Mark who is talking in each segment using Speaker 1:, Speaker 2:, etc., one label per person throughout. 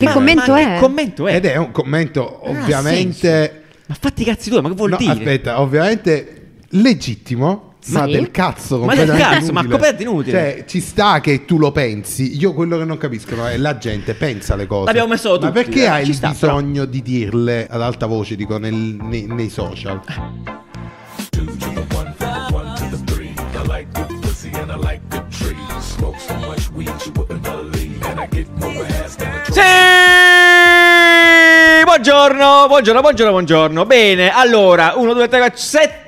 Speaker 1: Che
Speaker 2: Ma-
Speaker 1: commento
Speaker 2: ma
Speaker 1: è?
Speaker 2: Che commento è?
Speaker 3: Ed è un commento
Speaker 2: Ah, ha
Speaker 3: ovviamente...
Speaker 2: Ma fatti i cazzi tu, ma che vuol
Speaker 3: no,
Speaker 2: dire?
Speaker 3: aspetta, ovviamente legittimo. Ma
Speaker 1: Sì.
Speaker 3: del cazzo,
Speaker 2: Ma del
Speaker 3: completamente
Speaker 2: cazzo, ma
Speaker 3: inutile.
Speaker 2: completamente inutile.
Speaker 3: Cioè, ci sta che tu lo pensi. Io quello che non capisco no, è la gente pensa le cose.
Speaker 2: L'abbiamo messo
Speaker 3: Ma
Speaker 2: tutti,
Speaker 3: perché
Speaker 2: eh,
Speaker 3: hai
Speaker 2: ci
Speaker 3: il
Speaker 2: sta, però.
Speaker 3: bisogno di dirle ad alta voce, dico, nel- nei, nei social?
Speaker 2: Sì! Buongiorno, buongiorno, buongiorno, buongiorno. Bene, allora, 1, 2, 3, 4, settimo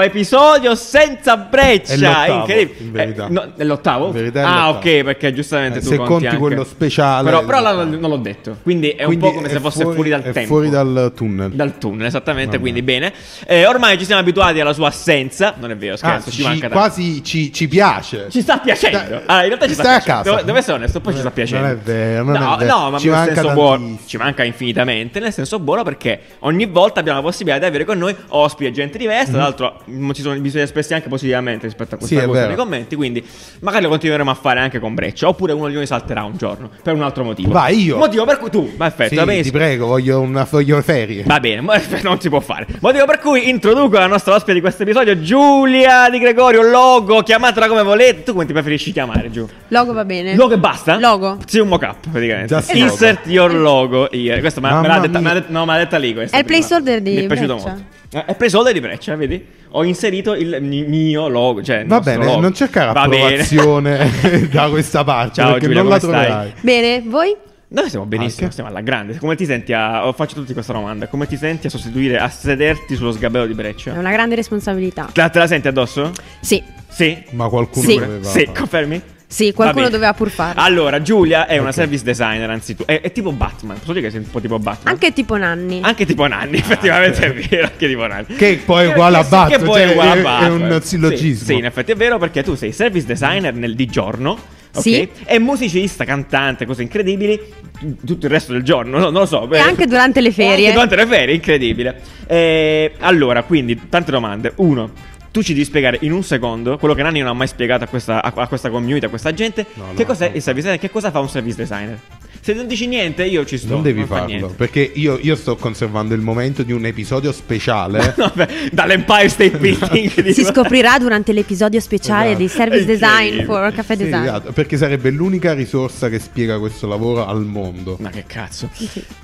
Speaker 2: episodio senza breccia.
Speaker 3: È l'ottavo,
Speaker 2: Incredibile.
Speaker 3: in verità.
Speaker 2: Eh, no, è l'ottavo?
Speaker 3: In verità è
Speaker 2: ah,
Speaker 3: l'ottavo.
Speaker 2: ok, perché giustamente
Speaker 3: Eh,
Speaker 2: tu
Speaker 3: se
Speaker 2: conti,
Speaker 3: conti
Speaker 2: anche.
Speaker 3: quello speciale-
Speaker 2: Però, però la- non l'ho detto, quindi è
Speaker 3: Quindi
Speaker 2: un po' come se fosse fuori, dal
Speaker 3: è
Speaker 2: tempo.
Speaker 3: fuori dal tunnel.
Speaker 2: Dal tunnel, esattamente,
Speaker 3: Vabbè.
Speaker 2: quindi bene. Eh, ormai ci siamo abituati alla sua assenza. Non è vero, scherzo,
Speaker 3: Anzi,
Speaker 2: ci manca tanto.
Speaker 3: Ah, quasi ci, ci piace.
Speaker 2: Ci sta piacendo.
Speaker 3: Sta-
Speaker 2: Allora, in realtà ci sta
Speaker 3: stai a
Speaker 2: piacendo.
Speaker 3: casa.
Speaker 2: Dove, dove sono onesto, poi ci sta
Speaker 3: Non è
Speaker 2: piacendo.
Speaker 3: vero, non è
Speaker 2: no,
Speaker 3: vero.
Speaker 2: no, ma
Speaker 3: Ci
Speaker 2: nel
Speaker 3: manca
Speaker 2: senso buono.
Speaker 3: tantissimo.
Speaker 2: Ci manca infinitamente. Nel senso buono perché ogni volta abbiamo la possibilità di avere con noi ospiti e gente diversa. Tra l'altro, mh, ci sono, vi siete espressi anche positivamente rispetto a questa
Speaker 3: Mhm. Sì, è
Speaker 2: cosa
Speaker 3: vero.
Speaker 2: nei commenti. Quindi, magari lo continueremo a fare anche con Breccia. Oppure uno di noi salterà un giorno per un altro motivo.
Speaker 3: Vai, io.
Speaker 2: Motivo per cui tu, perfetto,
Speaker 3: Sì,
Speaker 2: va bene.
Speaker 3: ti prego, voglio una voglio le ferie.
Speaker 2: Va bene, ma- non si può fare. Motivo per cui introduco la nostra ospite di questo episodio, Giulia Di Gregorio, logo, chiamatela come volete. Tu come ti preferisci chiamare, Giù?
Speaker 1: Logo va bene.
Speaker 2: Logo e basta?
Speaker 1: Eh. Logo.
Speaker 2: Sì, un mock-up praticamente.
Speaker 3: Just logo.
Speaker 2: Insert your logo here. Questa me, me l'ha
Speaker 3: Mamma
Speaker 2: detta, me
Speaker 3: mia.
Speaker 2: l'ha detta- no, me l'ha detta lì questa
Speaker 1: È il
Speaker 2: prima.
Speaker 1: placeholder di
Speaker 2: Mi è piaciuto
Speaker 1: Breccia.
Speaker 2: molto. Eh, È il placeholder di Breccia, vedi? Ho inserito il mi- mio logo, cioè il
Speaker 3: Va
Speaker 2: nostro
Speaker 3: bene,
Speaker 2: logo.
Speaker 3: non cercare
Speaker 2: Va bene.
Speaker 3: approvazione da questa parte
Speaker 2: Ciao,
Speaker 3: perché
Speaker 2: Giulia,
Speaker 3: non la
Speaker 2: come stai?
Speaker 3: troverai.
Speaker 1: Bene, voi?
Speaker 2: Noi siamo benissimo,
Speaker 3: Anche.
Speaker 2: siamo alla grande. Come ti senti a... oh, Faccio tutti questa domanda. Come ti senti a sostituire, a sederti sullo sgabello di
Speaker 1: È
Speaker 2: Breccia?
Speaker 1: una grande responsabilità.
Speaker 2: Te la- te la senti addosso?
Speaker 1: Sì,
Speaker 2: Sì?
Speaker 3: Ma qualcuno
Speaker 1: Sì.
Speaker 3: doveva
Speaker 2: Sì,
Speaker 3: farlo.
Speaker 2: confermi?
Speaker 1: sì, qualcuno
Speaker 2: Va bene. Ah.
Speaker 1: doveva pur farlo.
Speaker 2: Allora, Giulia è una
Speaker 3: Ok.
Speaker 2: service designer, anzitutto. È, è tipo Batman. Posso dire che sei un po' tipo Batman?
Speaker 1: Anche tipo Nanni.
Speaker 2: Anche tipo Nanni, effettivamente è vero, anche tipo Nanni.
Speaker 3: Ah, Che poi è uguale a
Speaker 2: che-
Speaker 3: Batman,
Speaker 2: Che poi è
Speaker 3: cioè,
Speaker 2: uguale a
Speaker 3: è- è
Speaker 2: Batman.
Speaker 3: un sillogismo.
Speaker 2: Sì, sì, in effetti è vero perché tu sei service designer nel, di giorno, ok?
Speaker 1: Sì.
Speaker 2: E musicista, cantante, cose incredibili t- tutto il resto del giorno, no- non lo so.
Speaker 1: E anche durante le ferie.
Speaker 2: eh. Anche durante le ferie, incredibile. Eh, allora, quindi, tante domande. Uno. Tu ci devi spiegare in un secondo quello che Nanni non ha mai spiegato a questa, a- a questa community, a questa gente.
Speaker 3: No, no,
Speaker 2: che cos'è
Speaker 3: no.
Speaker 2: il service designer? Che cosa fa un service designer? Se non dici niente, io ci sto.
Speaker 3: Non devi
Speaker 2: fa
Speaker 3: farlo,
Speaker 2: niente.
Speaker 3: perché io, io sto conservando il momento di un episodio speciale.
Speaker 2: Vabbè, dall'Empire State Building
Speaker 1: Si
Speaker 2: tipo.
Speaker 1: scoprirà durante l'episodio speciale
Speaker 3: Esatto.
Speaker 1: dei service design
Speaker 2: Incredibile.
Speaker 1: for cafe
Speaker 3: Sì,
Speaker 1: design.
Speaker 3: esatto, perché sarebbe l'unica risorsa che spiega questo lavoro al mondo.
Speaker 2: Ma che cazzo.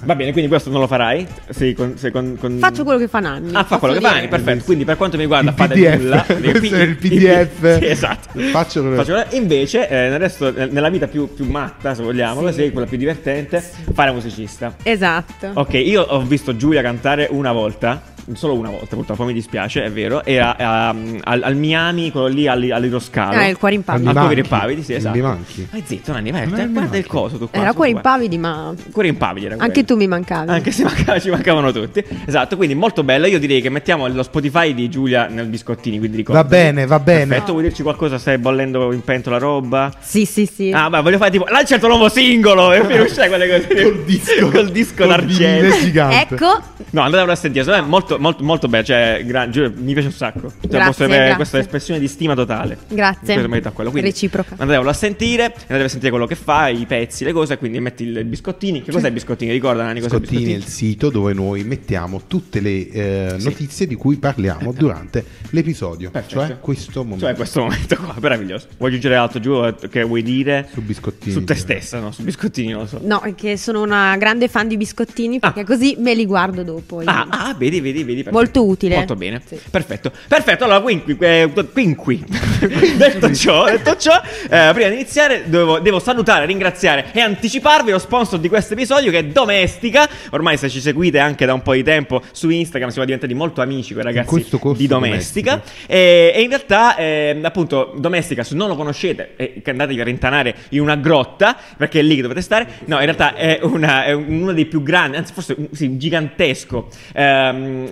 Speaker 2: Va bene, quindi questo non lo farai? Se con- se con- con-
Speaker 1: Faccio quello che fa Nanni.
Speaker 2: Ah, fa quello che
Speaker 1: posso
Speaker 2: fai,
Speaker 1: dire.
Speaker 2: perfetto. Quindi per quanto mi riguarda
Speaker 3: Il
Speaker 2: fate
Speaker 3: PDF.
Speaker 2: nulla.
Speaker 3: Questo è il PDF.
Speaker 2: Sì, esatto.
Speaker 3: Faccio quello che-
Speaker 2: quello- Invece, eh, nel resto, eh, nella vita più, più matta, se vogliamo, così, quella più divertente, fare musicista.
Speaker 1: Esatto.
Speaker 2: Ok, io ho visto Giulia cantare una volta, solo una volta purtroppo, mi dispiace, è vero, era ehm, al, al Miami, quello lì all- all'Iroscalo.
Speaker 1: Ah, il cuore in
Speaker 3: Al
Speaker 1: pavidi.
Speaker 2: Al
Speaker 3: Manchi.
Speaker 2: cuore impavidi, sì,
Speaker 3: Non
Speaker 2: esatto.
Speaker 3: mi manchi.
Speaker 2: Vai zitto, Nanni, vai,
Speaker 3: Non
Speaker 2: te-
Speaker 3: mi
Speaker 2: guarda
Speaker 3: manchi.
Speaker 2: il coso tu qua.
Speaker 1: Era
Speaker 2: su,
Speaker 1: cuore
Speaker 2: qua.
Speaker 1: in pavidi, ma
Speaker 2: Cuore impavidi era
Speaker 1: anche
Speaker 2: quello.
Speaker 1: tu mi mancavi.
Speaker 2: Anche se manca- ci mancavano tutti. Esatto, quindi molto bello. Io direi che mettiamo lo Spotify di Giulia nel biscottini, quindi ricordi.
Speaker 3: Va bene, va bene.
Speaker 2: Perfetto, vuoi dirci qualcosa? Stai bollendo in pentola roba?
Speaker 1: Sì, sì, sì.
Speaker 2: Ah, ma voglio fare tipo. Lancia il tuo nuovo singolo! E poi uscire quelle cose.
Speaker 3: Ah. Col disco.
Speaker 2: Col disco
Speaker 3: Col
Speaker 2: d'argento.
Speaker 3: vinile gigante.
Speaker 1: ecco,
Speaker 2: No, andate a sentire, secondo me è molto, molto, molto bello. Cioè, gran- giuro, mi piace un sacco. Cioè,
Speaker 1: Grazie,
Speaker 2: posso avere
Speaker 1: grazie.
Speaker 2: questa espressione di stima totale.
Speaker 1: Grazie.
Speaker 2: Questo merita quello. Quindi,
Speaker 1: Reciproca.
Speaker 2: Andate a sentire, andate a sentire quello che fa, i pezzi, le cose. Quindi metti il biscottini. Che cos'è il biscottini? Ricorda, Nani, cos'è il
Speaker 3: Scottini è
Speaker 2: biscottini?
Speaker 3: il sito dove noi mettiamo tutte le eh, notizie di cui parliamo durante l'episodio,
Speaker 2: Perfetto.
Speaker 3: cioè questo momento.
Speaker 2: Cioè, questo momento qua, meraviglioso. Vuoi aggiungere altro giù? Che vuoi dire?
Speaker 3: Su biscottini. cioè.
Speaker 2: Su te stessa, no? Su biscottini, non lo so.
Speaker 1: no, è che sono una grande fan di biscottini perché così me li guardo dopo. io.
Speaker 2: Ah, ah, vedi, vedi, vedi. perfetto.
Speaker 1: Molto utile.
Speaker 2: Molto bene.
Speaker 1: Sì.
Speaker 2: Perfetto. Perfetto. Allora, quinqui. eh, quinqui. detto ciò, detto ciò eh, prima di iniziare, devo, devo salutare, ringraziare e anticiparvi lo sponsor di questo episodio che è Domestica. Ormai, se ci seguite anche da un po' di tempo su Instagram, siamo diventati molto amici con i ragazzi
Speaker 3: questo corso
Speaker 2: di Domestica.
Speaker 3: Domestica.
Speaker 2: E, e in realtà, ehm, appunto, Domestica, se non lo conoscete, eh, che andatevi a rintanare in una grotta, perché è lì che dovete stare. No, in realtà è, una- è un- uno dei più grandi, anzi forse un- sì, un gigantesco ehm,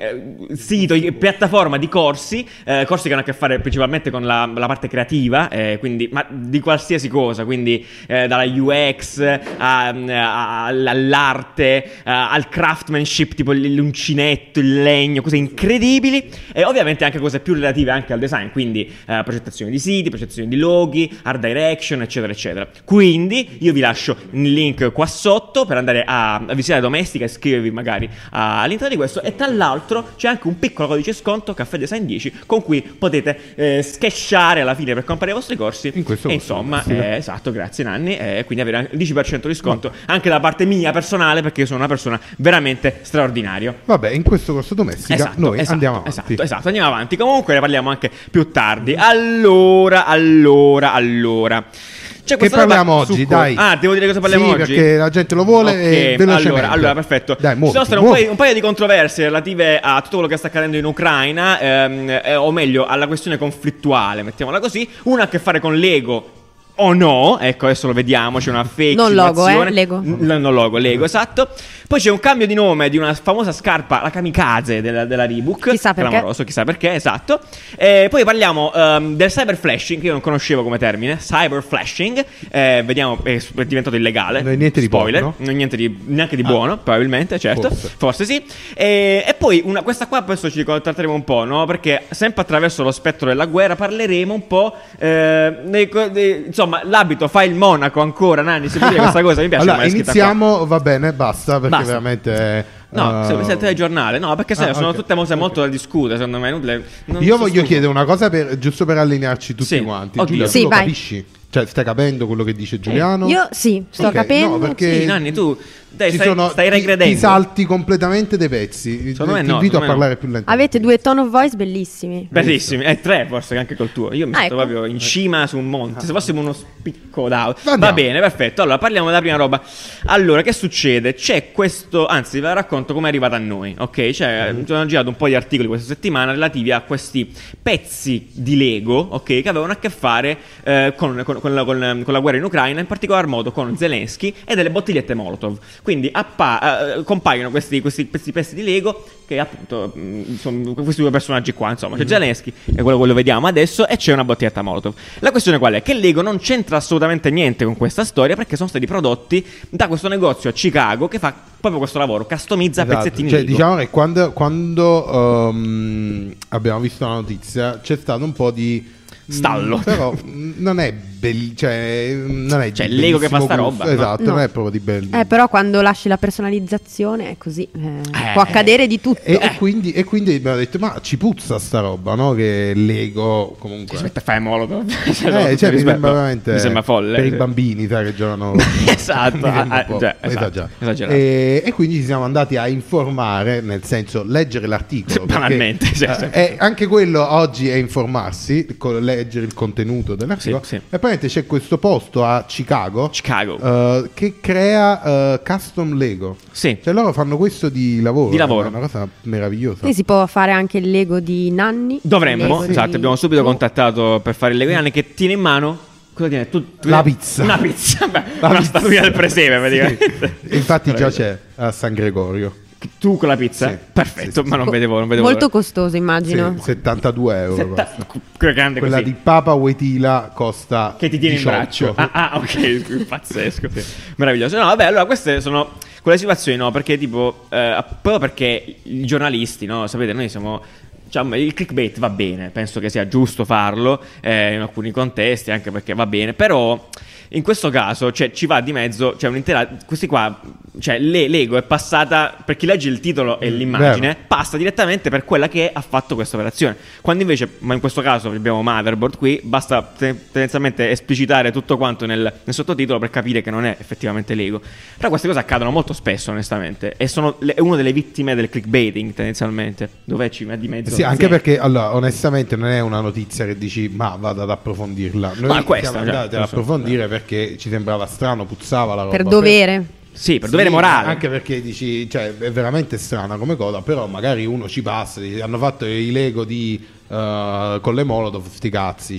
Speaker 2: eh, sito, i- piattaforma di corsi, eh, corsi che hanno a che fare principalmente con la, la parte creativa, eh, quindi, ma di qualsiasi cosa, quindi eh, dalla UX a- a- all'arte, a- al craftsmanship, tipo l- l'uncinetto, il legno, cose incredibili e ovviamente anche cose più relative anche al design, quindi eh, progettazione di siti, progettazione di loghi, art direction, eccetera, eccetera. Quindi io vi lascio il link qua sotto per andare a, a visitare Domestica e scrivervi magari ah, all'interno di questo e tra l'altro c'è anche un piccolo codice sconto Caffè Design 10 con cui potete eh, sketchare alla fine per comprare i vostri corsi.
Speaker 3: In questo
Speaker 2: e
Speaker 3: corso,
Speaker 2: insomma,
Speaker 3: grazie.
Speaker 2: eh, esatto, grazie Nanni e quindi avere anche il 10% di sconto anche da parte mia personale perché io sono una persona veramente straordinaria.
Speaker 3: Vabbè, in questo corso domestica noi
Speaker 2: esatto,
Speaker 3: andiamo avanti.
Speaker 2: Esatto, esatto, andiamo avanti. Comunque ne parliamo anche più tardi. Allora, allora, allora. C'è
Speaker 3: Che
Speaker 2: questa roba
Speaker 3: parliamo
Speaker 2: su
Speaker 3: oggi,
Speaker 2: co-
Speaker 3: dai.
Speaker 2: Ah, devo dire cosa parliamo
Speaker 3: Sì,
Speaker 2: oggi?
Speaker 3: perché la gente lo vuole e
Speaker 2: Ok,
Speaker 3: velocemente.
Speaker 2: Allora, allora, perfetto.
Speaker 3: Dai,
Speaker 2: Ci sono
Speaker 3: muoviti,
Speaker 2: state un paio,
Speaker 3: muoviti.
Speaker 2: un paio di controversie relative a tutto quello che sta accadendo in Ucraina, ehm, eh, o meglio, alla questione conflittuale, mettiamola così. Una ha a che fare con Lego. O no, ecco adesso lo vediamo, c'è una fake
Speaker 1: Non logo,
Speaker 2: situazione.
Speaker 1: eh, Lego.
Speaker 2: N- non logo,
Speaker 1: Mm.
Speaker 2: Lego, esatto. Poi c'è un cambio di nome di una famosa scarpa, la kamikaze della, della Reebok.
Speaker 1: Chissà perché.
Speaker 2: Clamoroso, chissà perché, esatto. E poi parliamo ehm, del cyber flashing, che io non conoscevo come termine. Cyber flashing, eh, vediamo, è s- è diventato illegale.
Speaker 3: Non è niente di
Speaker 2: Spoiler,
Speaker 3: buono, Ah.
Speaker 2: non è niente di, neanche di buono, probabilmente, certo.
Speaker 3: Forse.
Speaker 2: Forse sì. E, e poi una- questa qua adesso ci tratteremo un po', no? Perché sempre attraverso lo spettro della guerra parleremo un po'. eh, dei co- dei- insomma, l'abito fa il monaco ancora, Nani. Se vuoi dire Cioè, questa cosa mi piace.
Speaker 3: Ah, Allora,
Speaker 2: come è scritta qua.
Speaker 3: iniziamo, va bene, basta, perché
Speaker 2: Basta.
Speaker 3: veramente...
Speaker 2: No,
Speaker 3: eh,
Speaker 2: se se il telegiornale, no, perché sai,
Speaker 3: Ah,
Speaker 2: sono
Speaker 3: ok.
Speaker 2: tutte cose molto da discutere, secondo me. inutile- non
Speaker 3: Io
Speaker 2: so
Speaker 3: voglio
Speaker 2: scuso.
Speaker 3: chiedere una cosa per- giusto per allinearci tutti
Speaker 2: Sì.
Speaker 3: quanti.
Speaker 2: Oddio.
Speaker 3: Giulia,
Speaker 1: Sì,
Speaker 3: tu lo
Speaker 1: vai.
Speaker 3: capisci? Cioè, stai capendo quello che dice Giuliano?
Speaker 1: Io sì, sto
Speaker 3: Ok,
Speaker 1: capendo.
Speaker 3: No, perché
Speaker 2: Sì, Nanni, tu dai,
Speaker 3: ci
Speaker 2: stai,
Speaker 3: sono-
Speaker 2: stai
Speaker 3: ti-
Speaker 2: regredendo.
Speaker 3: Ti salti completamente dei pezzi.
Speaker 2: Secondo me
Speaker 3: ti
Speaker 2: no,
Speaker 3: invito
Speaker 2: secondo me
Speaker 3: a
Speaker 2: no.
Speaker 3: parlare più lentamente.
Speaker 1: Avete due tone of voice bellissimi.
Speaker 2: Bellissimi, eh, tre forse anche col tuo. Io mi
Speaker 1: Ah,
Speaker 2: sento
Speaker 1: ecco.
Speaker 2: proprio in cima su un monte. Se fossimo uno spicco d'aula. Va
Speaker 3: Ah. Andiamo.
Speaker 2: bene, perfetto. Allora parliamo della prima roba. Allora, che succede? C'è questo, anzi, ve la racconto come è arrivata a noi, ok? Cioè,
Speaker 3: Mm-hmm.
Speaker 2: sono girato un po' di articoli questa settimana relativi a questi pezzi di Lego, ok? Che avevano a che fare eh, con, con- con la, con- con la guerra in Ucraina, in particolar modo con Zelensky e delle bottigliette Molotov. Quindi appa- eh, compaiono questi, questi pezzi, pezzi di Lego che appunto mh, sono questi due personaggi qua, insomma,
Speaker 3: Mhm.
Speaker 2: c'è Zelensky e quello che lo vediamo adesso e c'è una bottiglietta Molotov. La questione qual è? Che Lego non c'entra assolutamente niente con questa storia perché sono stati prodotti da questo negozio a Chicago che fa proprio questo lavoro, customizza
Speaker 3: Esatto,
Speaker 2: pezzettini
Speaker 3: cioè,
Speaker 2: Lego.
Speaker 3: diciamo che quando, quando, ehm, abbiamo visto la notizia c'è stato un po' di
Speaker 2: Stallo.
Speaker 3: Mm, però mm, non è belli, cioè, mm, non è di
Speaker 2: Cioè, Lego che fa sta
Speaker 3: bellissimo
Speaker 2: roba,
Speaker 3: gusto,
Speaker 2: no?
Speaker 3: Esatto,
Speaker 1: No.
Speaker 3: non è proprio di belli.
Speaker 1: Eh, però quando lasci la personalizzazione è così. eh, Può accadere di tutto.
Speaker 3: e, e quindi, e quindi abbiamo detto, ma ci puzza sta roba, no? Che Lego comunque...
Speaker 2: Aspetta, fai Molotov.
Speaker 3: Eh,
Speaker 2: no,
Speaker 3: cioè, mi
Speaker 2: rispetto.
Speaker 3: sembra veramente
Speaker 2: Mi sembra folle.
Speaker 3: per i
Speaker 2: Sì.
Speaker 3: bambini sai, che giocano
Speaker 2: Esatto,
Speaker 3: Mi sembra
Speaker 2: ah,
Speaker 3: un po'
Speaker 2: già, esatto,
Speaker 3: esagerato.
Speaker 2: esagerato.
Speaker 3: E, e quindi ci siamo andati a informare nel senso leggere l'articolo perché,
Speaker 2: Banalmente, sì,
Speaker 3: eh,
Speaker 2: sì.
Speaker 3: eh, anche quello oggi è informarsi co- leggere il contenuto dell'articolo
Speaker 2: Sì, sì.
Speaker 3: e praticamente c'è questo posto a Chicago
Speaker 2: Chicago.
Speaker 3: eh, che crea eh, custom Lego
Speaker 2: Sì.
Speaker 3: cioè loro fanno questo di lavoro
Speaker 2: Di lavoro.
Speaker 3: è una cosa meravigliosa
Speaker 1: Sì, si può fare anche il Lego di Nanni.
Speaker 2: Dovremmo,
Speaker 1: Lego di-
Speaker 2: esatto, abbiamo subito
Speaker 1: Oh.
Speaker 2: contattato per fare le Guiane che tiene in mano cosa tiene? Tu- tu-
Speaker 3: La pizza.
Speaker 2: Una pizza, beh,
Speaker 3: La
Speaker 2: una
Speaker 3: pizza.
Speaker 2: statuina del presepe
Speaker 3: Sì.
Speaker 2: praticamente.
Speaker 3: infatti già c'è a San Gregorio
Speaker 2: Tu con la pizza?
Speaker 3: Sì.
Speaker 2: Perfetto,
Speaker 3: Sì, sì.
Speaker 2: ma non vedevo, non vedevo
Speaker 1: Molto
Speaker 2: l'ora.
Speaker 1: costoso,
Speaker 3: Sì,
Speaker 1: immano.
Speaker 3: 72 euro
Speaker 2: Setta-
Speaker 3: costa.
Speaker 2: quella grande
Speaker 3: Quella
Speaker 2: così,
Speaker 3: di Papa Wetila costa
Speaker 2: che ti tiene
Speaker 3: 18.
Speaker 2: in braccio. Ah, ah, ok, pazzesco. Meraviglioso. No, vabbè, allora queste sono quelle situazioni, no, perché tipo eh, proprio perché i giornalisti, no, sapete, noi siamo diciamo, il clickbait va bene, penso che sia giusto farlo eh, in alcuni contesti, anche perché va bene, però in questo caso cioè, ci va di mezzo, cioè un'intera questi qua, cioè le- l'ego è passata per chi legge il titolo e l'immagine,
Speaker 3: vero.
Speaker 2: passa direttamente per quella che ha fatto questa operazione. Quando invece, ma in questo caso abbiamo Motherboard qui, basta te- tendenzialmente esplicitare tutto quanto nel, nel sottotitolo per capire che non è effettivamente Lego. Però queste cose accadono molto spesso, onestamente, e sono le- è una delle vittime del clickbaiting, tendenzialmente, dove ci va di mezzo.
Speaker 3: Eh Sì, anche
Speaker 2: Sì.
Speaker 3: perché allora, onestamente non è una notizia che dici ma vado ad approfondirla. Noi
Speaker 2: Ma questa,
Speaker 3: siamo
Speaker 2: cioè,
Speaker 3: andati ad
Speaker 2: non so.
Speaker 3: approfondire perché ci sembrava strano, puzzava la roba.
Speaker 1: Per dovere.
Speaker 2: Sì, per dovere morale.
Speaker 3: Anche perché dici, cioè, è veramente strana come cosa, però magari uno ci passa, dice, hanno fatto i Lego di eh, con le Molotov, sti cazzi,